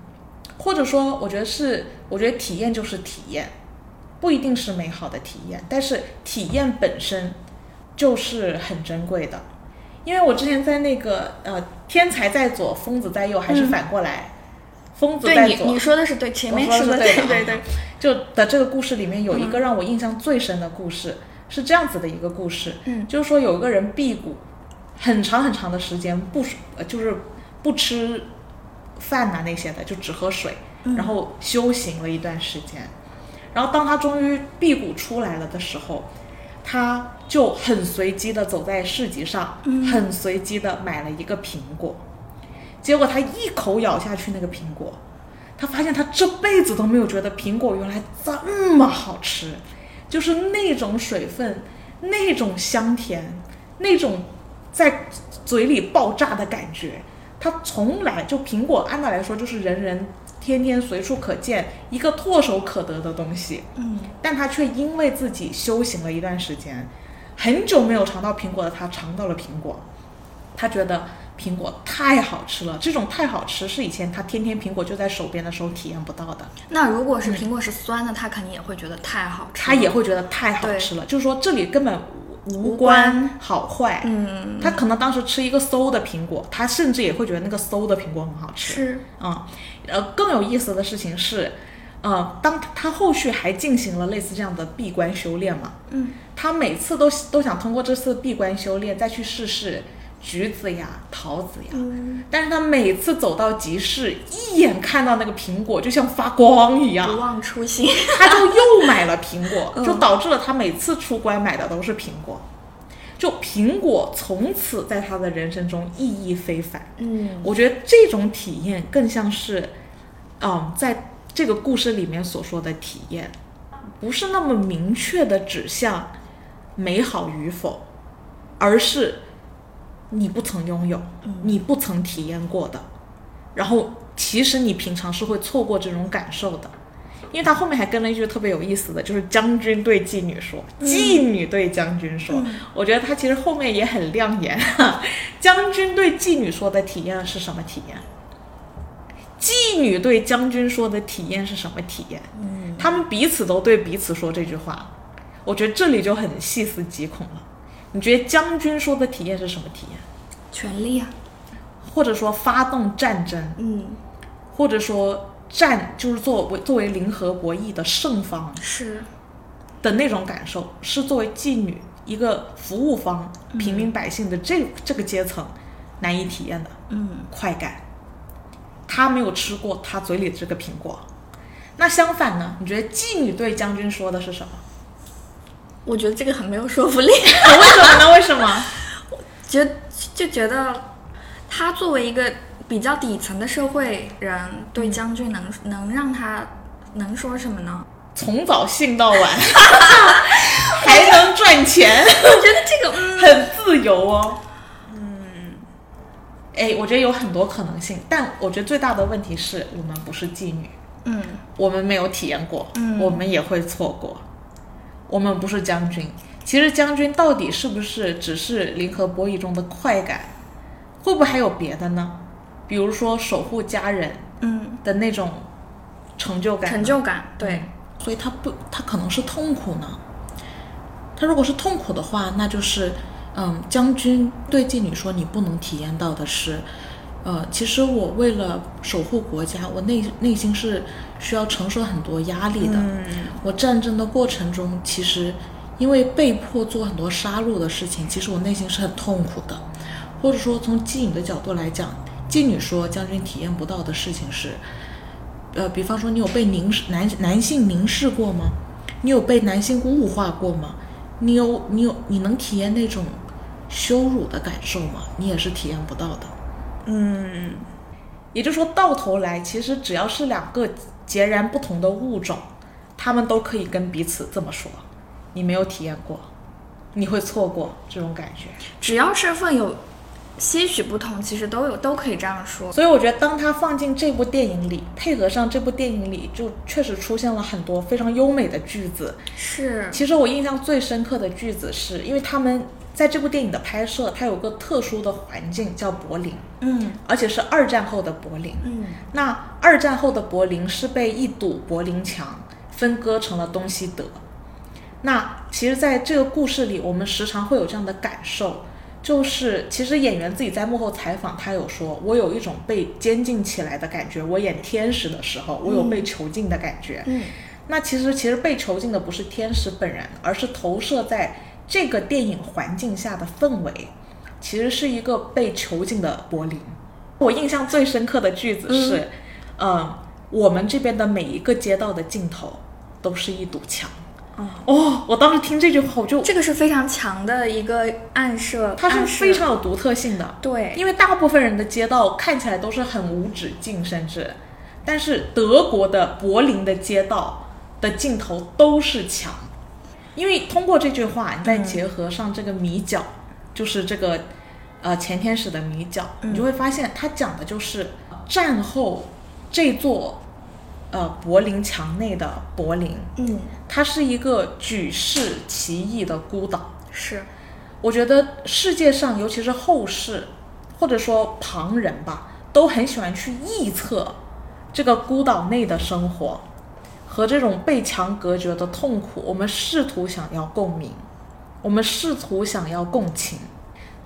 A: 或者说，我觉得是，我觉得体验就是体验，不一定是美好的体验，但是体验本身就是很珍贵的。因为我之前在那个呃，天才在左，疯子在右，还是
B: 嗯
A: 反过来，疯子
B: 对
A: 在
B: 你
A: 左，
B: 你说的是对，前面
A: 我说的
B: 的
A: 是
B: 对
A: 对的啊
B: 对对，
A: 就的这个故事里面有一
B: 嗯
A: 个让我印象最深的故事，是这样子的一个故事，
B: 嗯
A: 就是说有一个人辟谷，很长很长的时间不呃就是不吃饭呐、那些的，就只喝水，
B: 嗯
A: 然后修行了一段时间，然后当他终于辟谷出来了的时候，他就很随机的走在市集上，
B: 嗯
A: 很随机的买了一个苹果，结果他一口咬下去那个苹果，他发现他这辈子都没有觉得苹果原来这么好吃，就是那种水分，那种香甜，那种在嘴里爆炸的感觉。他从来就苹果，按道来说就是人人天天随处可见，一个唾手可得的东西。
B: 嗯
A: 但他却因为自己修行了一段时间，很久没有尝到苹果的他尝到了苹果，他觉得苹果太好吃了。这种太好吃是以前他天天苹果就在手边的时候体验不到的，
B: 那如果是苹果是酸的，他肯定也会觉得太好吃
A: 嗯他
B: 了。
A: 也会觉得太好
B: 对
A: 吃了。就是说这里根本无
B: 无关
A: 关好坏，
B: 嗯
A: 他可能当时吃一个馊的苹果，他甚至也会觉得那个馊的苹果很好吃。
B: 是
A: 啊、呃，更有意思的事情是，呃，当他后续还进行了类似这样的闭关修炼嘛，
B: 嗯，
A: 他每次都都想通过这次闭关修炼再去试试橘子呀、桃子呀，
B: 嗯
A: 但是他每次走到集市，一眼看到那个苹果就像发光一
B: 不
A: 样，
B: 忘初心。
A: 他就又买了苹果，
B: 嗯
A: 就导致了他每次出关买的都是苹果，就苹果从此在他的人生中意义非凡。
B: 嗯
A: 我觉得这种体验更像是，嗯，在这个故事里面所说的体验，不是那么明确的指向美好与否，而是你不曾拥有，你不曾体验过的，然后其实你平常是会错过这种感受的。因为他后面还跟了一句特别有意思的，就是将军对妓女说，妓女对将军说。我觉得他其实后面也很亮眼。 将军对妓女说的体验是什么体验？妓女对将军说的体验是什么体验？
B: 嗯
A: 他们彼此都对彼此说这句话，我觉得这里就很细思极恐了。你觉得将军说的体验是什么体验？
B: 权利啊，
A: 或者说发动战争，
B: 嗯，
A: 或者说战就是作为作为零和博弈的胜方
B: 是，
A: 的那种感受，是作为妓女一个服务方平民百姓的这、这个阶层难以体验的。
B: 嗯
A: 快感，他没有吃过他嘴里的这个苹果。那相反呢？你觉得妓女对将军说的是什么？
B: 我觉得这个很没有说服力，
A: 啊为什么呢？为什么？
B: 觉就觉得他作为一个比较底层的社会人，对将军能能让他能说什么呢？
A: 从早性到晚， 还能赚钱，
B: 我觉得这个，嗯，
A: 很自由哦。嗯，哎，我觉得有很多可能性，但我觉得最大的问题是我们不是妓女，
B: 嗯
A: 我们没有体验过，
B: 嗯
A: 我们也会错过。我们不是将军，其实将军到底是不是只是零和博弈中的快感？会不会还有别的呢？比如说守护家人
B: 嗯，
A: 的那种成就感，
B: 成就感，对，
A: 嗯，所以他不，他可能是痛苦呢。他如果是痛苦的话，那就是，嗯，将军对妓女说你不能体验到的是，呃，其实我为了守护国家，我内内心是需要承受很多压力的。
B: 嗯，
A: 我战争的过程中，其实因为被迫做很多杀戮的事情，其实我内心是很痛苦的。或者说，从妓女的角度来讲，妓女说将军体验不到的事情是，呃，比方说你有被凝视男男性凝视过吗？你有被男性物化过吗？你有你有你能体验那种羞辱的感受吗？你也是体验不到的。
B: 嗯，
A: 也就是说，到头来，其实只要是两个截然不同的物种，他们都可以跟彼此这么说：“你没有体验过，你会错过这种感觉。
B: 只要身份有些许不同，其实都有都可以这样”说。
A: 所以我觉得，当它放进这部电影里，配合上这部电影里，就确实出现了很多非常优美的句子。
B: 是，
A: 其实我印象最深刻的句子是，因为他们在这部电影的拍摄，它有个特殊的环境叫柏林，
B: 嗯
A: 而且是二战后的柏林。
B: 嗯
A: 那二战后的柏林是被一堵柏林墙分割成了东西德。那其实，在这个故事里，我们时常会有这样的感受，就是其实演员自己在幕后采访，他有说：“我有一种被监禁起来的感觉，我演天使的时候，我有被囚禁的感觉。
B: 嗯
A: 那其实，其实被囚禁的不是天使本人，而是投射在这个电影环境下的氛围，其实是一个被囚禁的柏林。我印象最深刻的句子是，嗯、我们这边的每一个街道的尽头都是一堵墙。
B: 哦
A: 哦，我当时听这句话，我就
B: 这个是非常强的一个暗示，
A: 它是
B: 暗示
A: 非常有独特性的，
B: 对，
A: 因为大部分人的街道看起来都是很无止境，甚至，但是德国的柏林的街道的尽头都是墙，因为通过这句话，你再结合上这个米角，就是这个呃前天使的米角，你就会发现它讲的就是战后这座呃柏林墙内的柏林，
B: 嗯
A: 它是一个举世奇异的孤岛。
B: 是，
A: 我觉得世界上，尤其是后世，或者说旁人吧，都很喜欢去臆测这个孤岛内的生活和这种被墙隔绝的痛苦。我们试图想要共鸣，我们试图想要共情，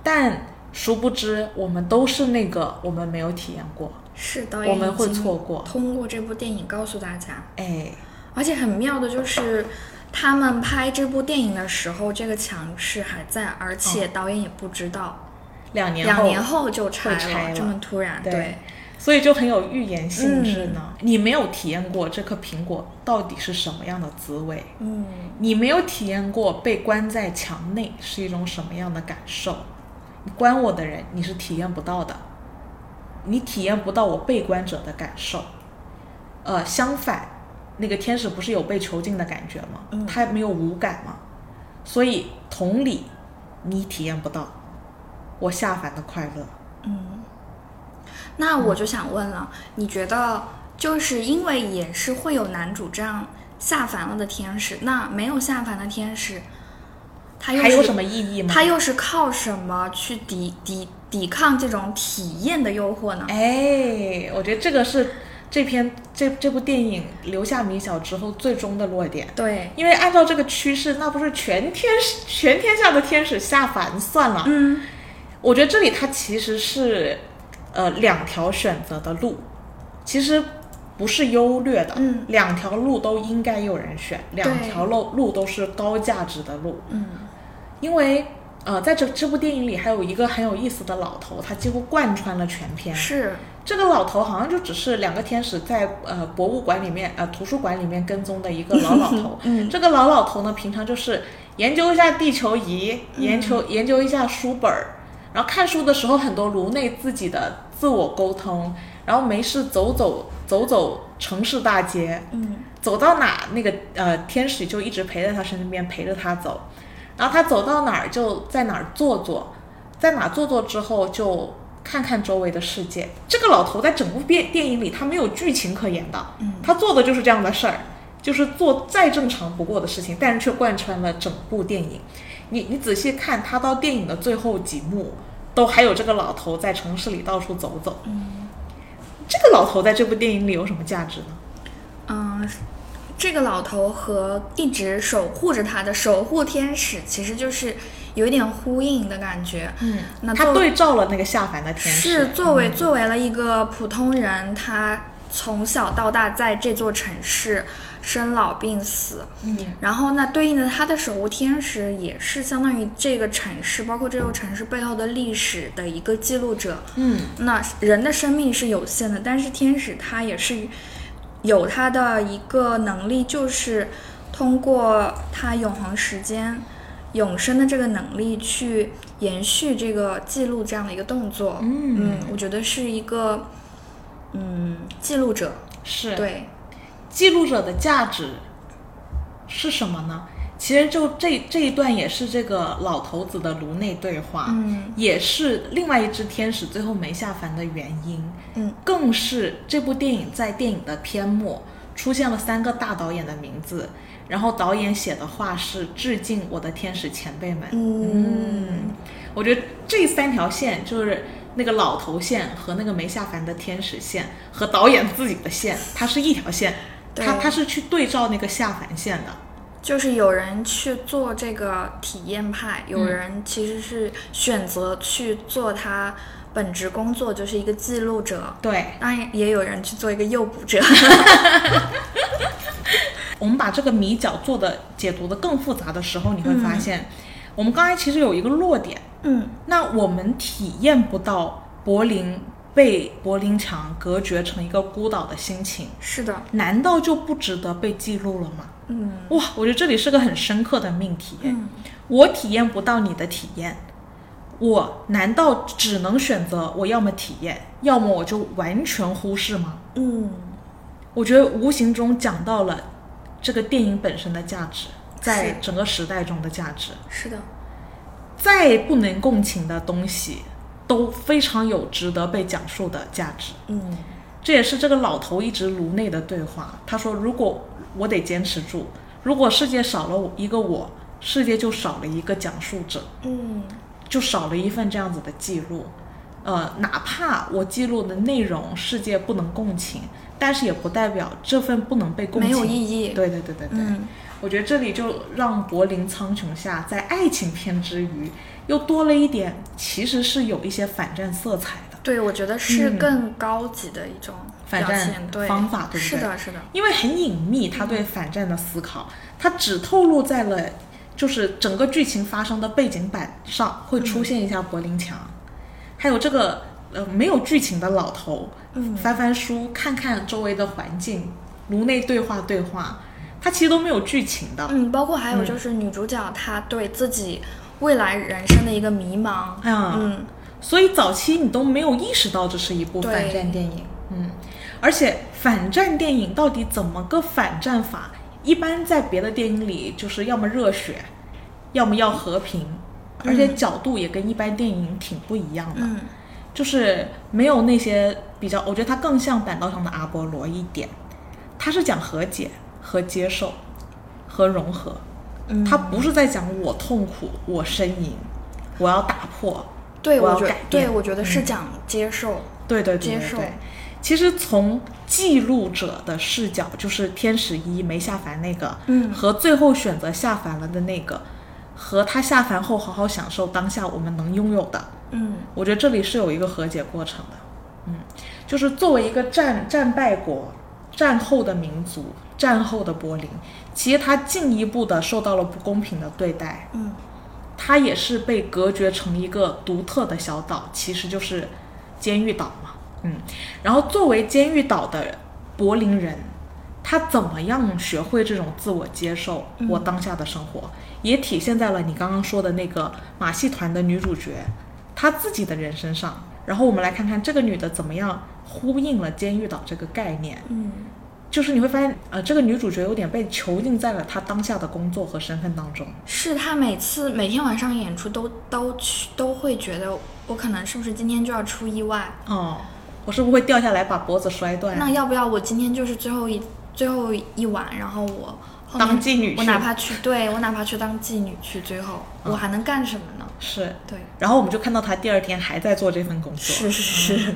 A: 但殊不知，我们都是那个我们没有体验过，
B: 是导演
A: 我们
B: 已
A: 会
B: 经
A: 错过。
B: 通过这部电影告诉大家，
A: 哎，
B: 而且很妙的就是，他们拍这部电影的时候，这个墙是还在，而且导演也不知道，
A: 两嗯年
B: 两
A: 后，
B: 年后就拆
A: 会拆了
B: 这么突然，
A: 对
B: 对，
A: 所以就很有预言性
B: 嗯
A: 质呢。你没有体验过这颗苹果到底是什么样的滋味。
B: 嗯，
A: 你没有体验过被关在墙内是一种什么样的感受？你关我的人，你是体验不到的，你体验不到我被关者的感受。呃，相反，那个天使不是有被囚禁的感觉吗？
B: 嗯
A: 他没有无感吗？所以同理，你体验不到我下凡的快乐。
B: 那我就想问了，你觉得就是因为也是会有男主这样下凡了的天使，那没有下凡的天使，他又
A: 哎还
B: 是
A: 有什么意义吗？
B: 他又是靠什么去抵抵抵抗这种体验的诱惑呢？
A: 哎，我觉得这个是这篇这这部电影留下米小之后最终的落点。
B: 对，
A: 因为按照这个趋势，那不是全天使、全天下的天使下凡算了。
B: 嗯
A: 我觉得这里它其实是，呃，两条选择的路，其实不是优劣的，
B: 嗯
A: 两条路都应该有人选，两条路路都是高价值的路。
B: 嗯
A: 因为，呃，在这这部电影里还有一个很有意思的老头，他几乎贯穿了全片。
B: 是，
A: 这个老头好像就只是两个天使在呃博物馆里面呃图书馆里面跟踪的一个老老头。
B: 嗯
A: 这个老老头呢，平常就是研究一下地球仪，研究研究一下书本儿，然后看书的时候很多颅内自己的自我沟通，然后没事走走走走城市大街，
B: 嗯
A: 走到哪那个呃天使就一直陪在他身边陪着他走，然后他走到哪儿就在哪儿坐坐，在哪儿坐坐之后就看看周围的世界。这个老头在整部电电影里他没有剧情可言的，
B: 嗯
A: 他做的就是这样的事儿，就是做再正常不过的事情，但是却贯穿了整部电影。你你仔细看，他到电影的最后几幕都还有这个老头在城市里到处走走。
B: 嗯
A: 这个老头在这部电影里有什么价值呢？
B: 嗯，这个老头和一直守护着他的守护天使，其实就是有一点呼应的感觉。
A: 嗯，
B: 那
A: 他
B: 作
A: 对照了那个下凡的天使，嗯
B: 是作为作为了一个普通人，他从小到大在这座城市生老病死，
A: 嗯
B: 然后那对应的他的守护天使也是相当于这个城市，包括这座城市背后的历史的一个记录者。
A: 嗯，
B: 那人的生命是有限的，但是天使他也是有他的一个能力，就是通过他永恒时间、永生的这个能力去延续这个记录这样的一个动作。
A: 嗯
B: 我觉得是一个嗯记录者，
A: 是
B: 对，
A: 记录者的价值是什么呢？其实就这这一段也是这个老头子的颅内对话，
B: 嗯
A: 也是另外一只天使最后没下凡的原因，
B: 嗯
A: 更是这部电影在电影的篇末出现了三个大导演的名字，然后导演写的话是致敬我的天使前辈们。
B: 嗯
A: 我觉得这三条线就是那个老头线和那个没下凡的天使线和导演自己的线，它是一条线，
B: 对
A: 它它是去对照那个下凡线的。
B: 就是有人去做这个体验派，
A: 嗯
B: 有人其实是选择去做他本职工作，就是一个记录者。
A: 对，
B: 当然，也有人去做一个诱捕者。
A: 我们把这个米角做的解读的更复杂的时候，你会发现，我们刚才其实有一个落点，
B: 嗯
A: 那我们体验不到柏林被柏林墙隔绝成一个孤岛的心情，，
B: 是的，
A: 难道就不值得被记录了吗？
B: 嗯
A: 哇，我觉得这里是个很深刻的命题。
B: 嗯
A: 我体验不到你的体验，我难道只能选择我要么体验，要么我就完全忽视吗？
B: 嗯，
A: 我觉得无形中讲到了这个电影本身的价值，在
B: 是
A: 整个时代中的价值。
B: 是的，
A: 再不能共情的东西，都非常有值得被讲述的价值。
B: 嗯
A: 这也是这个老头一直颅内的对话。他说：“如果我得坚持住，如果世界少了我一个我，世界就少了一个讲述者，
B: 嗯
A: 就少了一份这样子的记录。呃，哪怕我记录的内容世界不能共情，但是也不代表这份不能被共
B: 没
A: 情。
B: 有意义。
A: 对对对对对。
B: 嗯
A: 我觉得这里就让柏林苍穹下，在爱情片之余，又多了一点，其实是有一些反战色彩的，
B: 对，我觉得是
A: 嗯
B: 更高级的一种
A: 反
B: 表
A: 战
B: 现，对
A: 方法对不
B: 是
A: 对
B: 的，是的，
A: 因为很隐秘，他对反战的思考，他只透露在了就是整个剧情发生的背景板上会出现一下柏林墙，还有这个呃没有剧情的老头，
B: 嗯
A: 翻翻书，看看周围的环境，颅内对话对话，他其实都没有剧情的，
B: 嗯，包括还有就是女主角她对自己未来人生的一个迷茫，
A: 嗯
B: 嗯
A: 所以早期你都没有意识到这是一部
B: 对
A: 反战电影，嗯，而且反战电影到底怎么个反战法？一般在别的电影里，就是要么热血，要么要和平，而且角度也跟一般电影挺不一样的，
B: 嗯
A: 就是没有那些比较，我觉得它更像板道上的阿波罗一点，它是讲和解和接受和融合，
B: 嗯，
A: 它不是在讲我痛苦，我呻吟，我要打破，
B: 对
A: 我
B: 我
A: 要
B: 觉
A: 改变嗯
B: 对我觉得是讲接受，
A: 对对对
B: 接
A: 对
B: 受
A: 对其实从记录者的视角，就是天使一没下凡那个，
B: 嗯
A: 和最后选择下凡了的那个，和他下凡后好好享受当下我们能拥有的，
B: 嗯
A: 我觉得这里是有一个和解过程的。嗯，就是作为一个战战败国、战后的民族、战后的柏林，其实他进一步的受到了不公平的对待，
B: 嗯
A: 它也是被隔绝成一个独特的小岛，其实就是监狱岛嘛。嗯，然后作为监狱岛的柏林人，他怎么样学会这种自我接受，我当下的生活，也体现在了你刚刚说的那个马戏团的女主角她自己的人身上。然后我们来看看这个女的怎么样呼应了监狱岛这个概念。
B: 嗯
A: 就是你会发现，呃，这个女主角有点被囚禁在了她当下的工作和身份当中。
B: 是他每次每天晚上演出都都去都会觉得我可能是不是今天就要出意外，
A: 哦，我是不是会掉下来把脖子摔断？
B: 那要不要我今天就是最后一最后一晚，然后我后面
A: 当妓女去嗯
B: 我哪怕去对我哪怕去当妓女去，最后我还能干什么呢？
A: 是。
B: 对，
A: 然后我们就看到他第二天还在做这份工作，
B: 是是是，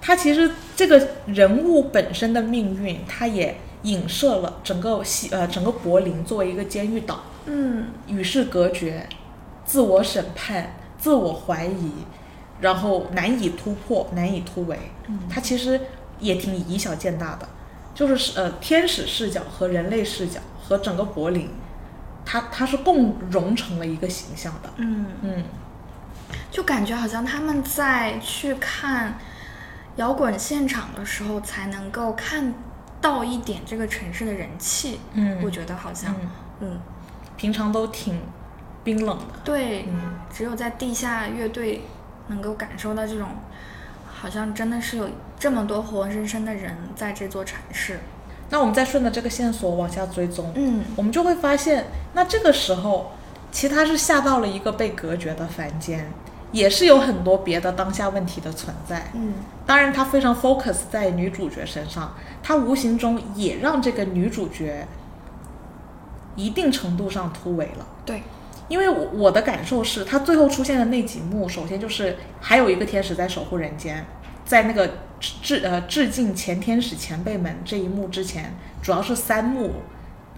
A: 他其实这个人物本身的命运，他也影射了整个西呃整个柏林作为一个监狱岛，
C: 嗯
A: 与世隔绝、自我审判、自我怀疑，然后难以突破、难以突围。嗯，它其实也挺以小见大的，就是呃天使视角和人类视角和整个柏林，它它是共融成了一个形象的。
B: 嗯，
A: 嗯，
B: 就感觉好像他们在去看摇滚现场的时候，才能够看到一点这个城市的人气。
A: 嗯
B: 我觉得好像，嗯，
A: 平常都挺冰冷的。嗯
B: 对，只有在地下乐队能够感受到这种，嗯好像真的是有这么多活生生的人在这座城市。
A: 那我们再顺着这个线索往下追踪，
B: 嗯
A: 我们就会发现，那这个时候，其实他是下到了一个被隔绝的凡间，也是有很多别的当下问题的存在。
B: 嗯，
A: 当然，他非常 focus 在女主角身上，他无形中也让这个女主角一定程度上突围了。
B: 对，
A: 因为我我的感受是，他最后出现的那几幕，首先就是还有一个天使在守护人间，在那个致呃致敬前天使前辈们这一幕之前，主要是三幕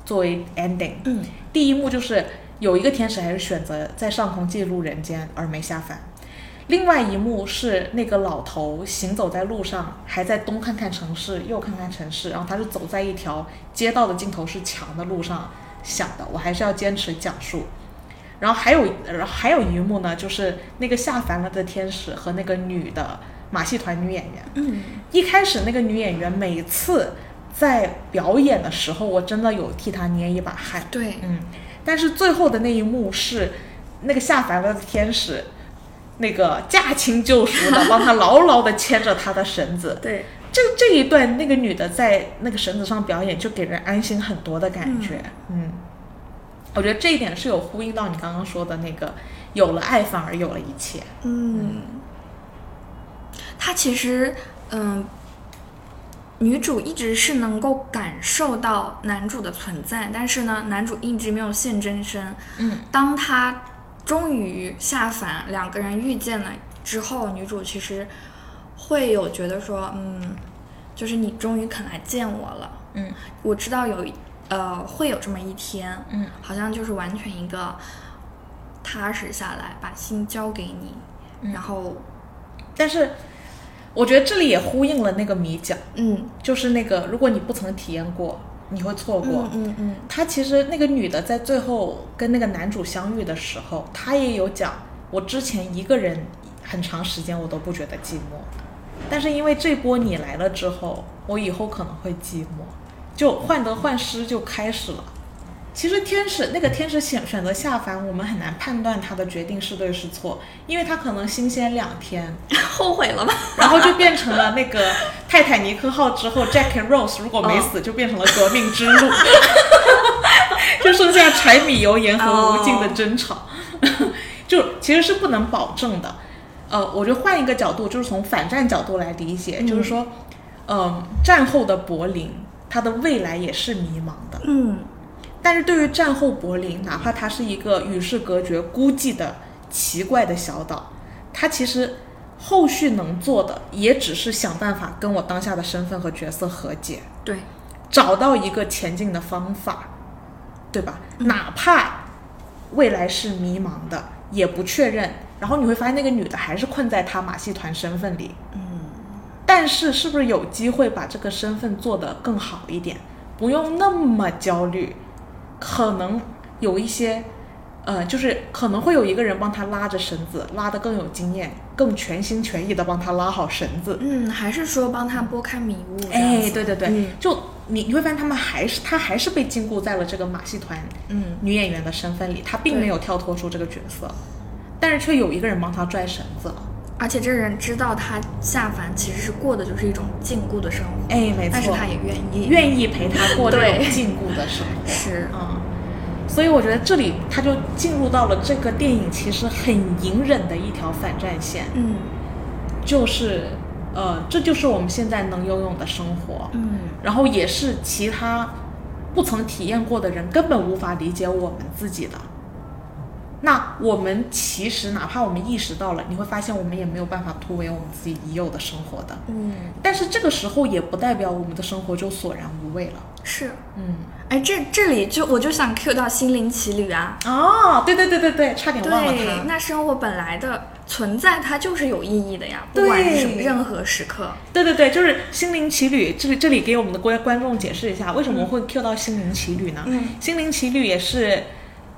A: 作为 ending。
B: 嗯，
A: 第一幕就是有一个天使还是选择在上空进入人间而没下凡，另外一幕是那个老头行走在路上，还在东看看城市，右看看城市，然后他是走在一条街道的尽头是墙的路上，想的我还是要坚持讲述。然后还有，然后还有一幕呢，就是那个下凡了的天使和那个女的马戏团女演员。
B: 嗯，
A: 一开始那个女演员每次在表演的时候，我真的有替她捏一把汗。
B: 对，
A: 嗯，但是最后的那一幕是那个下凡了的天使，那个驾轻就熟的帮他牢牢的牵着他的绳子。
B: 对，
A: 这这一段那个女的在那个绳子上表演，就给人安心很多的感觉。嗯我觉得这一点是有呼应到你刚刚说的那个，有了爱反而有了一切。
B: 嗯，她其实，嗯，女主一直是能够感受到男主的存在，但是呢，男主一直没有现真身。
A: 嗯，
B: 当他终于下凡，两个人遇见了之后，女主其实会有觉得说，嗯，就是你终于肯来见我了。
A: 嗯，
B: 我知道有一呃会有这么一天。
A: 嗯，
B: 好像就是完全一个踏实下来，把心交给你，
A: 嗯
B: 然后
A: 但是我觉得这里也呼应了那个米讲，
B: 嗯
A: 就是那个如果你不曾体验过，你会错过。
B: 嗯嗯嗯，
A: 她其实那个女的在最后跟那个男主相遇的时候，她也有讲，我之前一个人很长时间我都不觉得寂寞，但是因为这波你来了之后，我以后可能会寂寞，就患得患失就开始了。其实天使那个天使选选择下凡，我们很难判断他的决定是对是错，因为他可能新鲜两天，
B: 后悔了吧？
A: 然嗯后就变成了那个泰坦尼克号之后，Jack and Rose 如果没死，就变成了革命之路， 就剩下柴米油盐和无尽的争吵， 就其实是不能保证的。呃，我就换一个角度，就是从反战角度来理解，就是说，嗯、战后的柏林，它的未来也是迷茫的。
B: 嗯
A: 但是对于战后柏林，哪怕它是一个与世隔绝、孤寂的奇怪的小岛，它其实后续能做的也只是想办法跟我当下的身份和角色和解，
B: 对，
A: 找到一个前进的方法，对吧？哪怕未来是迷茫的，也不确认。然后你会发现，那个女的还是困在她马戏团身份里，
B: 嗯
A: 但是是不是有机会把这个身份做得更好一点，不用那么焦虑？可能有一些，呃，就是可能会有一个人帮他拉着绳子，拉得更有经验，更全心全意的帮他拉好绳子。
B: 嗯，还是说帮他拨开迷雾这样子？
A: 哎，对对对，
B: 嗯
A: 就你你会发现他们还是他还是被禁锢在了这个马戏团
B: 嗯
A: 女演员的身份里，他并
B: 对
A: 没有跳脱出这个角色，但是却有一个人帮他拽绳子了。
B: 而且这个人知道他下凡其实是过的就是一种禁锢的生活，
A: 哎，没错，
B: 但是他也愿意，
A: 愿意陪他过这种
B: 对
A: 禁锢的生活。
B: 是
A: 嗯，所以我觉得这里他就进入到了这个电影其实很隐忍的一条反战线，
B: 嗯
A: 就是呃，这就是我们现在能拥有的生活，
B: 嗯
A: 然后也是其他不曾体验过的人根本无法理解我们自己的。那我们其实哪怕我们意识到了，你会发现我们也没有办法突围我们自己已有的生活的。
B: 嗯，
A: 但是这个时候也不代表我们的生活就索然无味了。
B: 是。
A: 嗯，
B: 哎，这这里就我就想 cue 到心灵奇旅啊。
A: 哦，对对对对对，差点忘了
B: 对，
A: 它。
B: 那生活本来的存在，它就是有意义的呀，不
A: 对
B: 管是什么任何时刻。
A: 对对对，就是心灵奇旅。这里这里给我们的观观众解释一下，为什么会 Q 到心灵奇旅呢？
B: 嗯
A: 心灵奇旅也是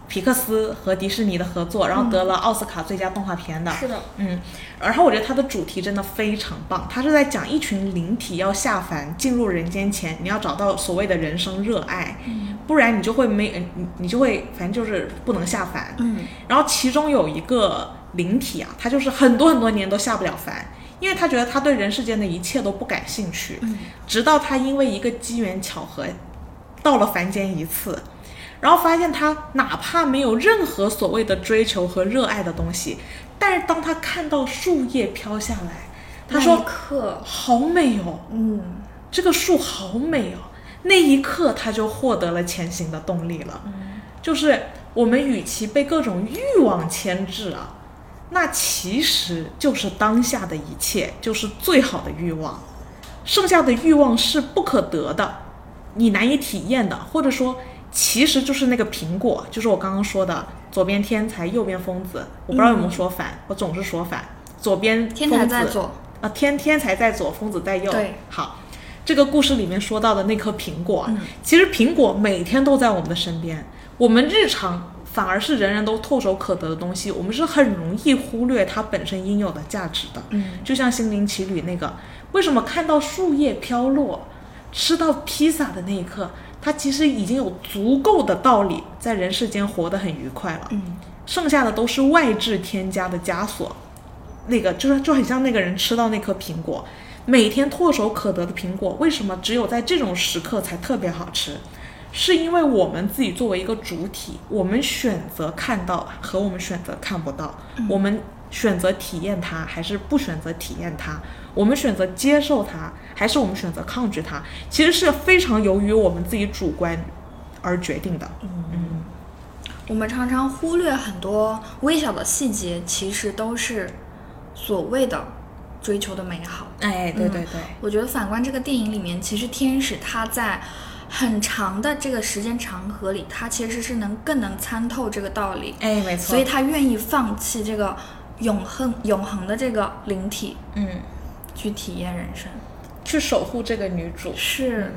A: 皮克斯和迪士尼的合作，然后得了奥斯卡最佳动画片的。
B: 嗯是的，
A: 嗯，然后我觉得它的主题真的非常棒，它是在讲一群灵体要下凡进入人间前，你要找到所谓的人生热爱，
B: 嗯
A: 不然你就会没，呃你你就会反正就是不能下凡。
B: 嗯
A: 然后其中有一个灵体啊，他就是很多很多年都下不了凡，因为他觉得他对人世间的一切都不感兴趣。
B: 嗯
A: 直到他因为一个机缘巧合，到了凡间一次，然后发现他哪怕没有任何所谓的追求和热爱的东西，但是当他看到树叶飘下来，他
B: 那一
A: 说
B: 刻，
A: 好美哦，
B: 嗯
A: 这个树好美哦。那一刻，他就获得了前行的动力了。就是我们与其被各种欲望牵制啊，那其实就是当下的一切，就是最好的欲望。剩下的欲望是不可得的，你难以体验的，或者说，其实就是那个苹果，就是我刚刚说的，左边天才，右边疯子。我不知道有没有说反，我总是说反。左边
B: 嗯天才
A: 疯
B: 在
A: 子
B: 左，
A: 啊，天天才在左，疯子在右。
B: 对，
A: 好，这个故事里面说到的那颗苹果啊，
B: 嗯
A: 其实苹果每天都在我们的身边，我们日常反而是人人都唾手可得的东西，我们是很容易忽略它本身应有的价值的。
B: 嗯，
A: 就像《心灵奇旅》那个，为什么看到树叶飘落，吃到披萨的那一刻，它其实已经有足够的道理在人世间活得很愉快了。
B: 嗯，
A: 剩下的都是外置添加的枷锁。那个就是就很像那个人吃到那颗苹果，每天唾手可得的苹果，为什么只有在这种时刻才特别好吃？是因为我们自己作为一个主体，我们选择看到和我们选择看不到，我们选择体验它还是不选择体验它，我们选择接受它还是我们选择抗拒它，其实是非常由于我们自己主观而决定的。
B: 我们常常忽略很多微小的细节，其实都是所谓的追求的美好。
A: 哎，对对对，
B: 我觉得反观这个电影里面，其实天使他在很长的这个时间长河里，他其实是能更能参透这个道理，
A: 哎，没错。
B: 所以他愿意放弃这个永恒永恒的这个灵体，
A: 嗯，
B: 去体验人生。
A: 去守护这个女主，
B: 是，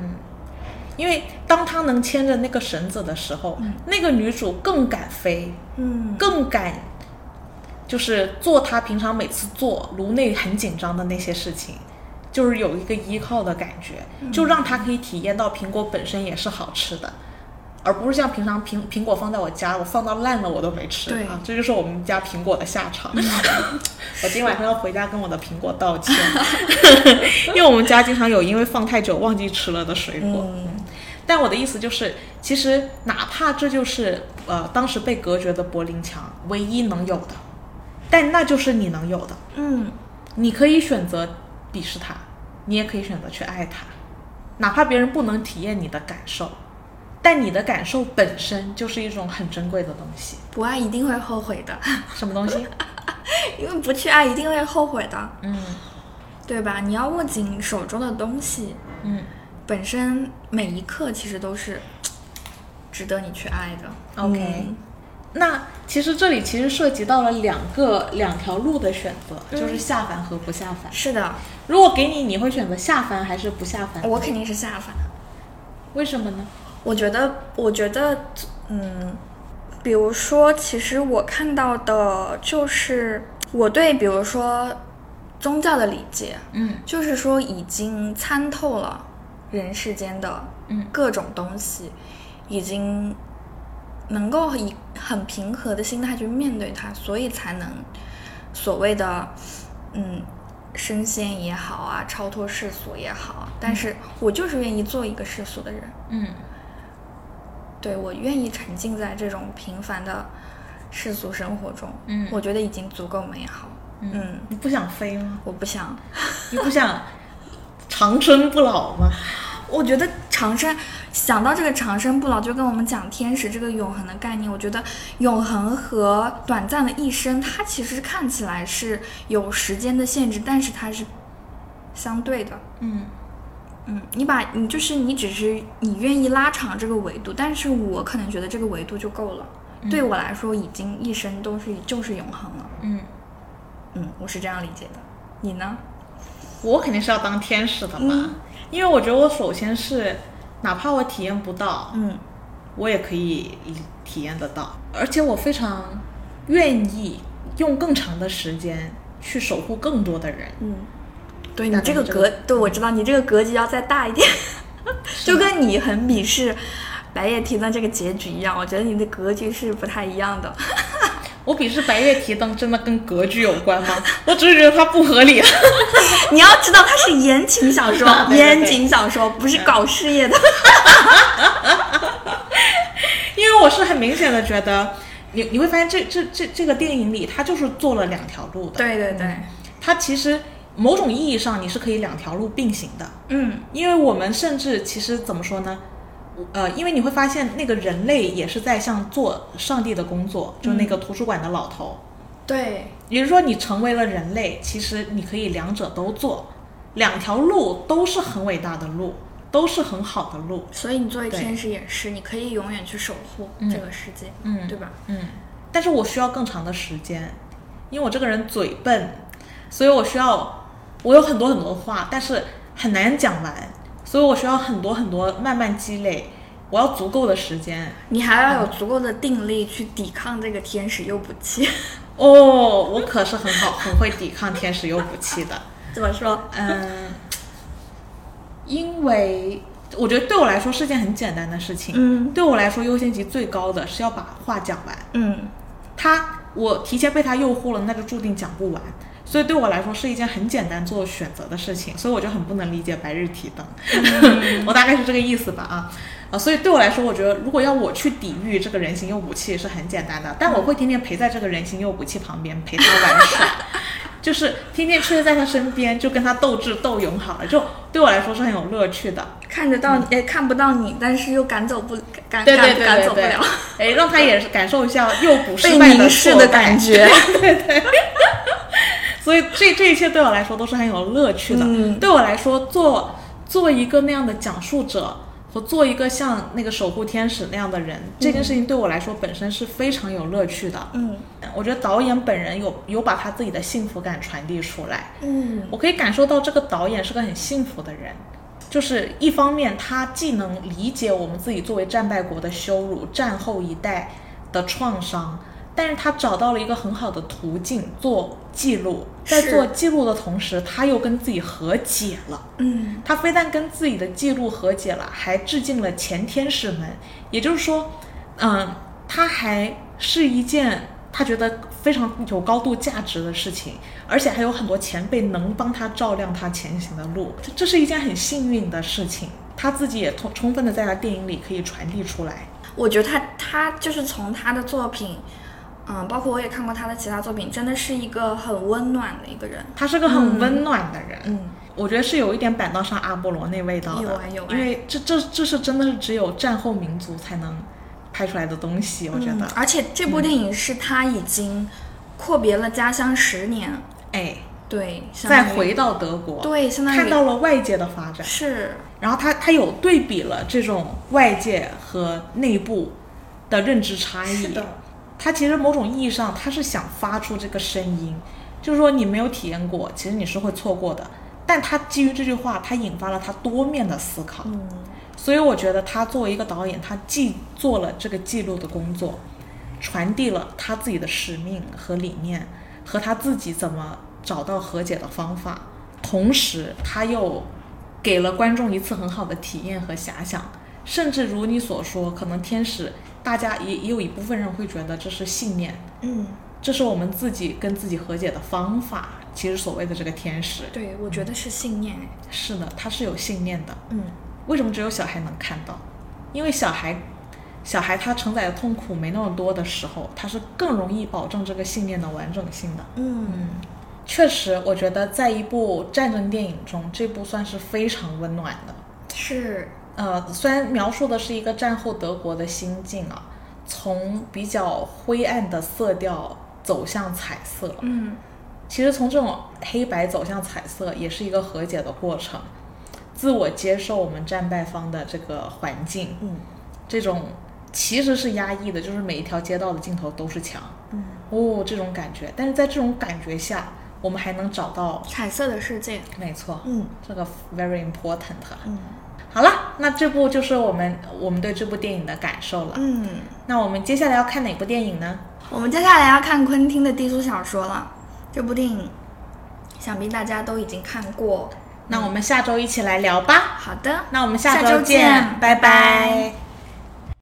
A: 因为当她能牵着那个绳子的时候，那个女主更敢飞，
B: 嗯，
A: 更敢就是做她平常每次做颅内很紧张的那些事情，就是有一个依靠的感觉，
B: 嗯
A: 就让她可以体验到苹果本身也是好吃的。而不是像平常苹苹果放在我家，我放到烂了我都没吃
B: 对嗯
A: 啊，这就是我们家苹果的下场。 我今晚上要回家跟我的苹果道 歉， 因为我们家经常有因为放太久忘记吃了的水果。
B: 嗯
A: 但我的意思就是，其实哪怕这就是呃当时被隔绝的柏林墙唯一能有的，但那就是你能有的。
B: 嗯，
A: 你可以选择鄙视它，你也可以选择去爱它，哪怕别人不能体验你的感受，但你的感受本身就是一种很珍贵的东西。
B: 不爱一定会后悔的，
A: 什么东西？
B: 因为不去爱一定会后悔的，
A: 嗯
B: 对吧？你要握紧手中的东西，
A: 嗯，
B: 本身每一刻其实都是值得你去爱的。
A: OK
B: 嗯
A: 那其实这里其实涉及到了两个两条路的选择，就是下凡和不下凡。
B: 是的，
A: 如果给你，你会选择下凡还是不下凡？
B: 我肯定是下凡。
A: 为什么呢？
B: 我觉得，我觉得，嗯，比如说，其实我看到的就是我对，比如说宗教的理解，
A: 嗯
B: 就是说已经参透了人世间的
A: 嗯
B: 各种东西，已经能够以很平和的心态去面对它，所以才能所谓的嗯升仙也好啊，超脱世俗也好。啊但是我就是愿意做一个世俗的人，
A: 嗯
B: 对我愿意沉浸在这种平凡的世俗生活中，
A: 嗯
B: 我觉得已经足够美好。嗯，
A: 你不想飞吗？
B: 我不想。
A: 你不想长生不老吗？
B: 我觉得长生想到这个长生不老，就跟我们讲天使这个永恒的概念，我觉得永恒和短暂的一生，它其实看起来是有时间的限制，但是它是相对的。
A: 嗯
B: 嗯，你把你就是你只是你愿意拉长这个维度，但是我可能觉得这个维度就够了，对我来说已经一生都是就是永恒了。
A: 嗯，
B: 嗯，我是这样理解的，你呢？
A: 我肯定是要当天使的嘛，因为我觉得我首先是，哪怕我体验不到，
B: 嗯
A: 我也可以体验得到，而且我非常愿意用更长的时间去守护更多的人。
B: 嗯，对你
A: 大概
B: 这个嗯
A: 是这
B: 格，对我知道你这个格局要再大一点， 就跟你很鄙视白夜提灯这个结局一样，我觉得你的格局是不太一样的。
A: 我鄙视白月提灯真的跟格局有关吗？我只是觉得它不合理。，
B: 你要知道，它是言情小 说
A: 对对对
B: 言情小说不是搞事业的。
A: 因为我是很明显的觉得，你你会发现这这这这个电影里，它就是做了两条路的。
B: 对对对，
A: 它其实某种意义上你是可以两条路并行的，
B: 嗯
A: 因为我们甚至其实怎么说呢？呃，因为你会发现那个人类也是在像做上帝的工作，就那个图书馆的老头。
B: 对，
A: 也就是说，你成为了人类，其实你可以两者都做，两条路都是很伟大的路，都是很好的路。
B: 所以你作为
A: 对
B: 天使也是，你可以永远去守护
A: 嗯
B: 这个世界，
A: 嗯
B: 对吧？
A: 嗯，但是我需要更长的时间，因为我这个人嘴笨，所以我需要我有很多很多话，但是很难讲完，所以我需要很多很多慢慢积累，我要足够的时间。
B: 你还要有足够的定力去抵抗这个天使诱捕器。
A: 哦，我可是很好，很会抵抗天使诱捕器的。
B: 怎么说？
A: 嗯，因为我觉得对我来说是件很简单的事情。
B: 嗯
A: 对我来说优先级最高的是要把话讲完。
B: 嗯
A: 他我提前被他诱惑了，那就注定讲不完。所以对我来说是一件很简单做选择的事情，所以我就很不能理解白日提灯，
B: 嗯
A: 我大概是这个意思吧啊啊！所以对我来说，我觉得如果要我去抵御这个人形诱捕器是很简单的，但我会天天陪在这个人形诱捕器旁边陪他玩耍， 就是天天吹在他身边，就跟他斗智斗勇好了，就对我来说是很有乐趣的。
B: 看得到，也、看不到你，但是又赶走不赶
A: 对对对
B: 赶赶
A: 对
B: 走不
A: 对
B: 了，，
A: 哎，让他也是感受一下诱捕 失
B: 被
A: 败
B: 凝视
A: 挫
B: 的
A: 败
B: 感 觉。
A: 所以这这一切对我来说都是很有乐趣的。
B: 嗯
A: 对我来说，做做一个那样的讲述者和做一个像那个守护天使那样的人，这件事情对我来说本身是非常有乐趣的。
B: 嗯
A: 我觉得导演本人有有把他自己的幸福感传递出来，
B: 嗯
A: 我可以感受到这个导演是个很幸福的人。就是一方面，他既能理解我们自己作为战败国的羞辱、战后一代的创伤，但是他找到了一个很好的途径做记录，在
B: 是
A: 做记录的同时，他又跟自己和解了。
B: 嗯
A: 他非但跟自己的记录和解了，还致敬了前天使们。也就是说，嗯，他还是一件他觉得非常有高度价值的事情，而且还有很多前辈能帮他照亮他前行的路。这这是一件很幸运的事情，他自己也充充分的在他电影里可以传递出来。
B: 我觉得他他就是从他的作品，嗯，包括我也看过他的其他作品，真的是一个很温暖的一个人。
A: 他是个很温暖的人，
B: 嗯
A: 我觉得是有一点板到上阿波罗那味道的，
B: 有啊有啊
A: 因为这这这是真的是只有战后民族才能拍出来的东西，我觉得
B: 嗯，，而且这部电影是他已经阔别了家乡十年，
A: 哎，
B: 对，相当
A: 再
B: 于
A: 回到德国，
B: 对，相当于
A: 看到了外界的发展，
B: 是
A: 然后他他有对比了这种外界和内部的认知差
B: 是
A: 异。
B: 的，
A: 他其实某种意义上他是想发出这个声音，就是说你没有体验过，其实你是会错过的。但他基于这句话，他引发了他多面的思考。
B: 嗯，
A: 所以我觉得他作为一个导演，他既做了这个记录的工作，传递了他自己的使命和理念，和他自己怎么找到和解的方法，同时他又给了观众一次很好的体验和遐想。甚至如你所说，可能天使，大家也也有一部分人会觉得这是信念，
B: 嗯，
A: 这是我们自己跟自己和解的方法。其实所谓的这个天使，
B: 对，我觉得是信念，哎
A: 是的，他是有信念的。
B: 嗯，
A: 为什么只有小孩能看到？因为小孩，小孩他承载的痛苦没那么多的时候，他是更容易保证这个信念的完整性的。
B: 嗯，
A: 确实，我觉得在一部战争电影中，这部算是非常温暖的。
B: 是
A: 呃，虽然描述的是一个战后德国的心境啊，从比较灰暗的色调走向彩色，
B: 嗯
A: 其实从这种黑白走向彩色，也是一个和解的过程，自我接受我们战败方的这个环境，
B: 嗯
A: 这种其实是压抑的，就是每一条街道的尽头都是墙，
B: 嗯，
A: 哦，这种感觉。但是在这种感觉下，我们还能找到，
B: 彩色的世界，
A: 没错，
B: 嗯
A: 这个 very important。
B: 嗯
A: 好了，那这部就是我们我们对这部电影的感受了。
B: 嗯。
A: 那我们接下来要看哪部电影呢？
B: 我们接下来要看昆汀的低俗小说了，这部电影想必大家都已经看过。
A: 那我们下周一起来聊吧。
B: 好的，
A: 那我们下
B: 嗯下周
A: 见，
B: 见
A: 拜
B: 拜拜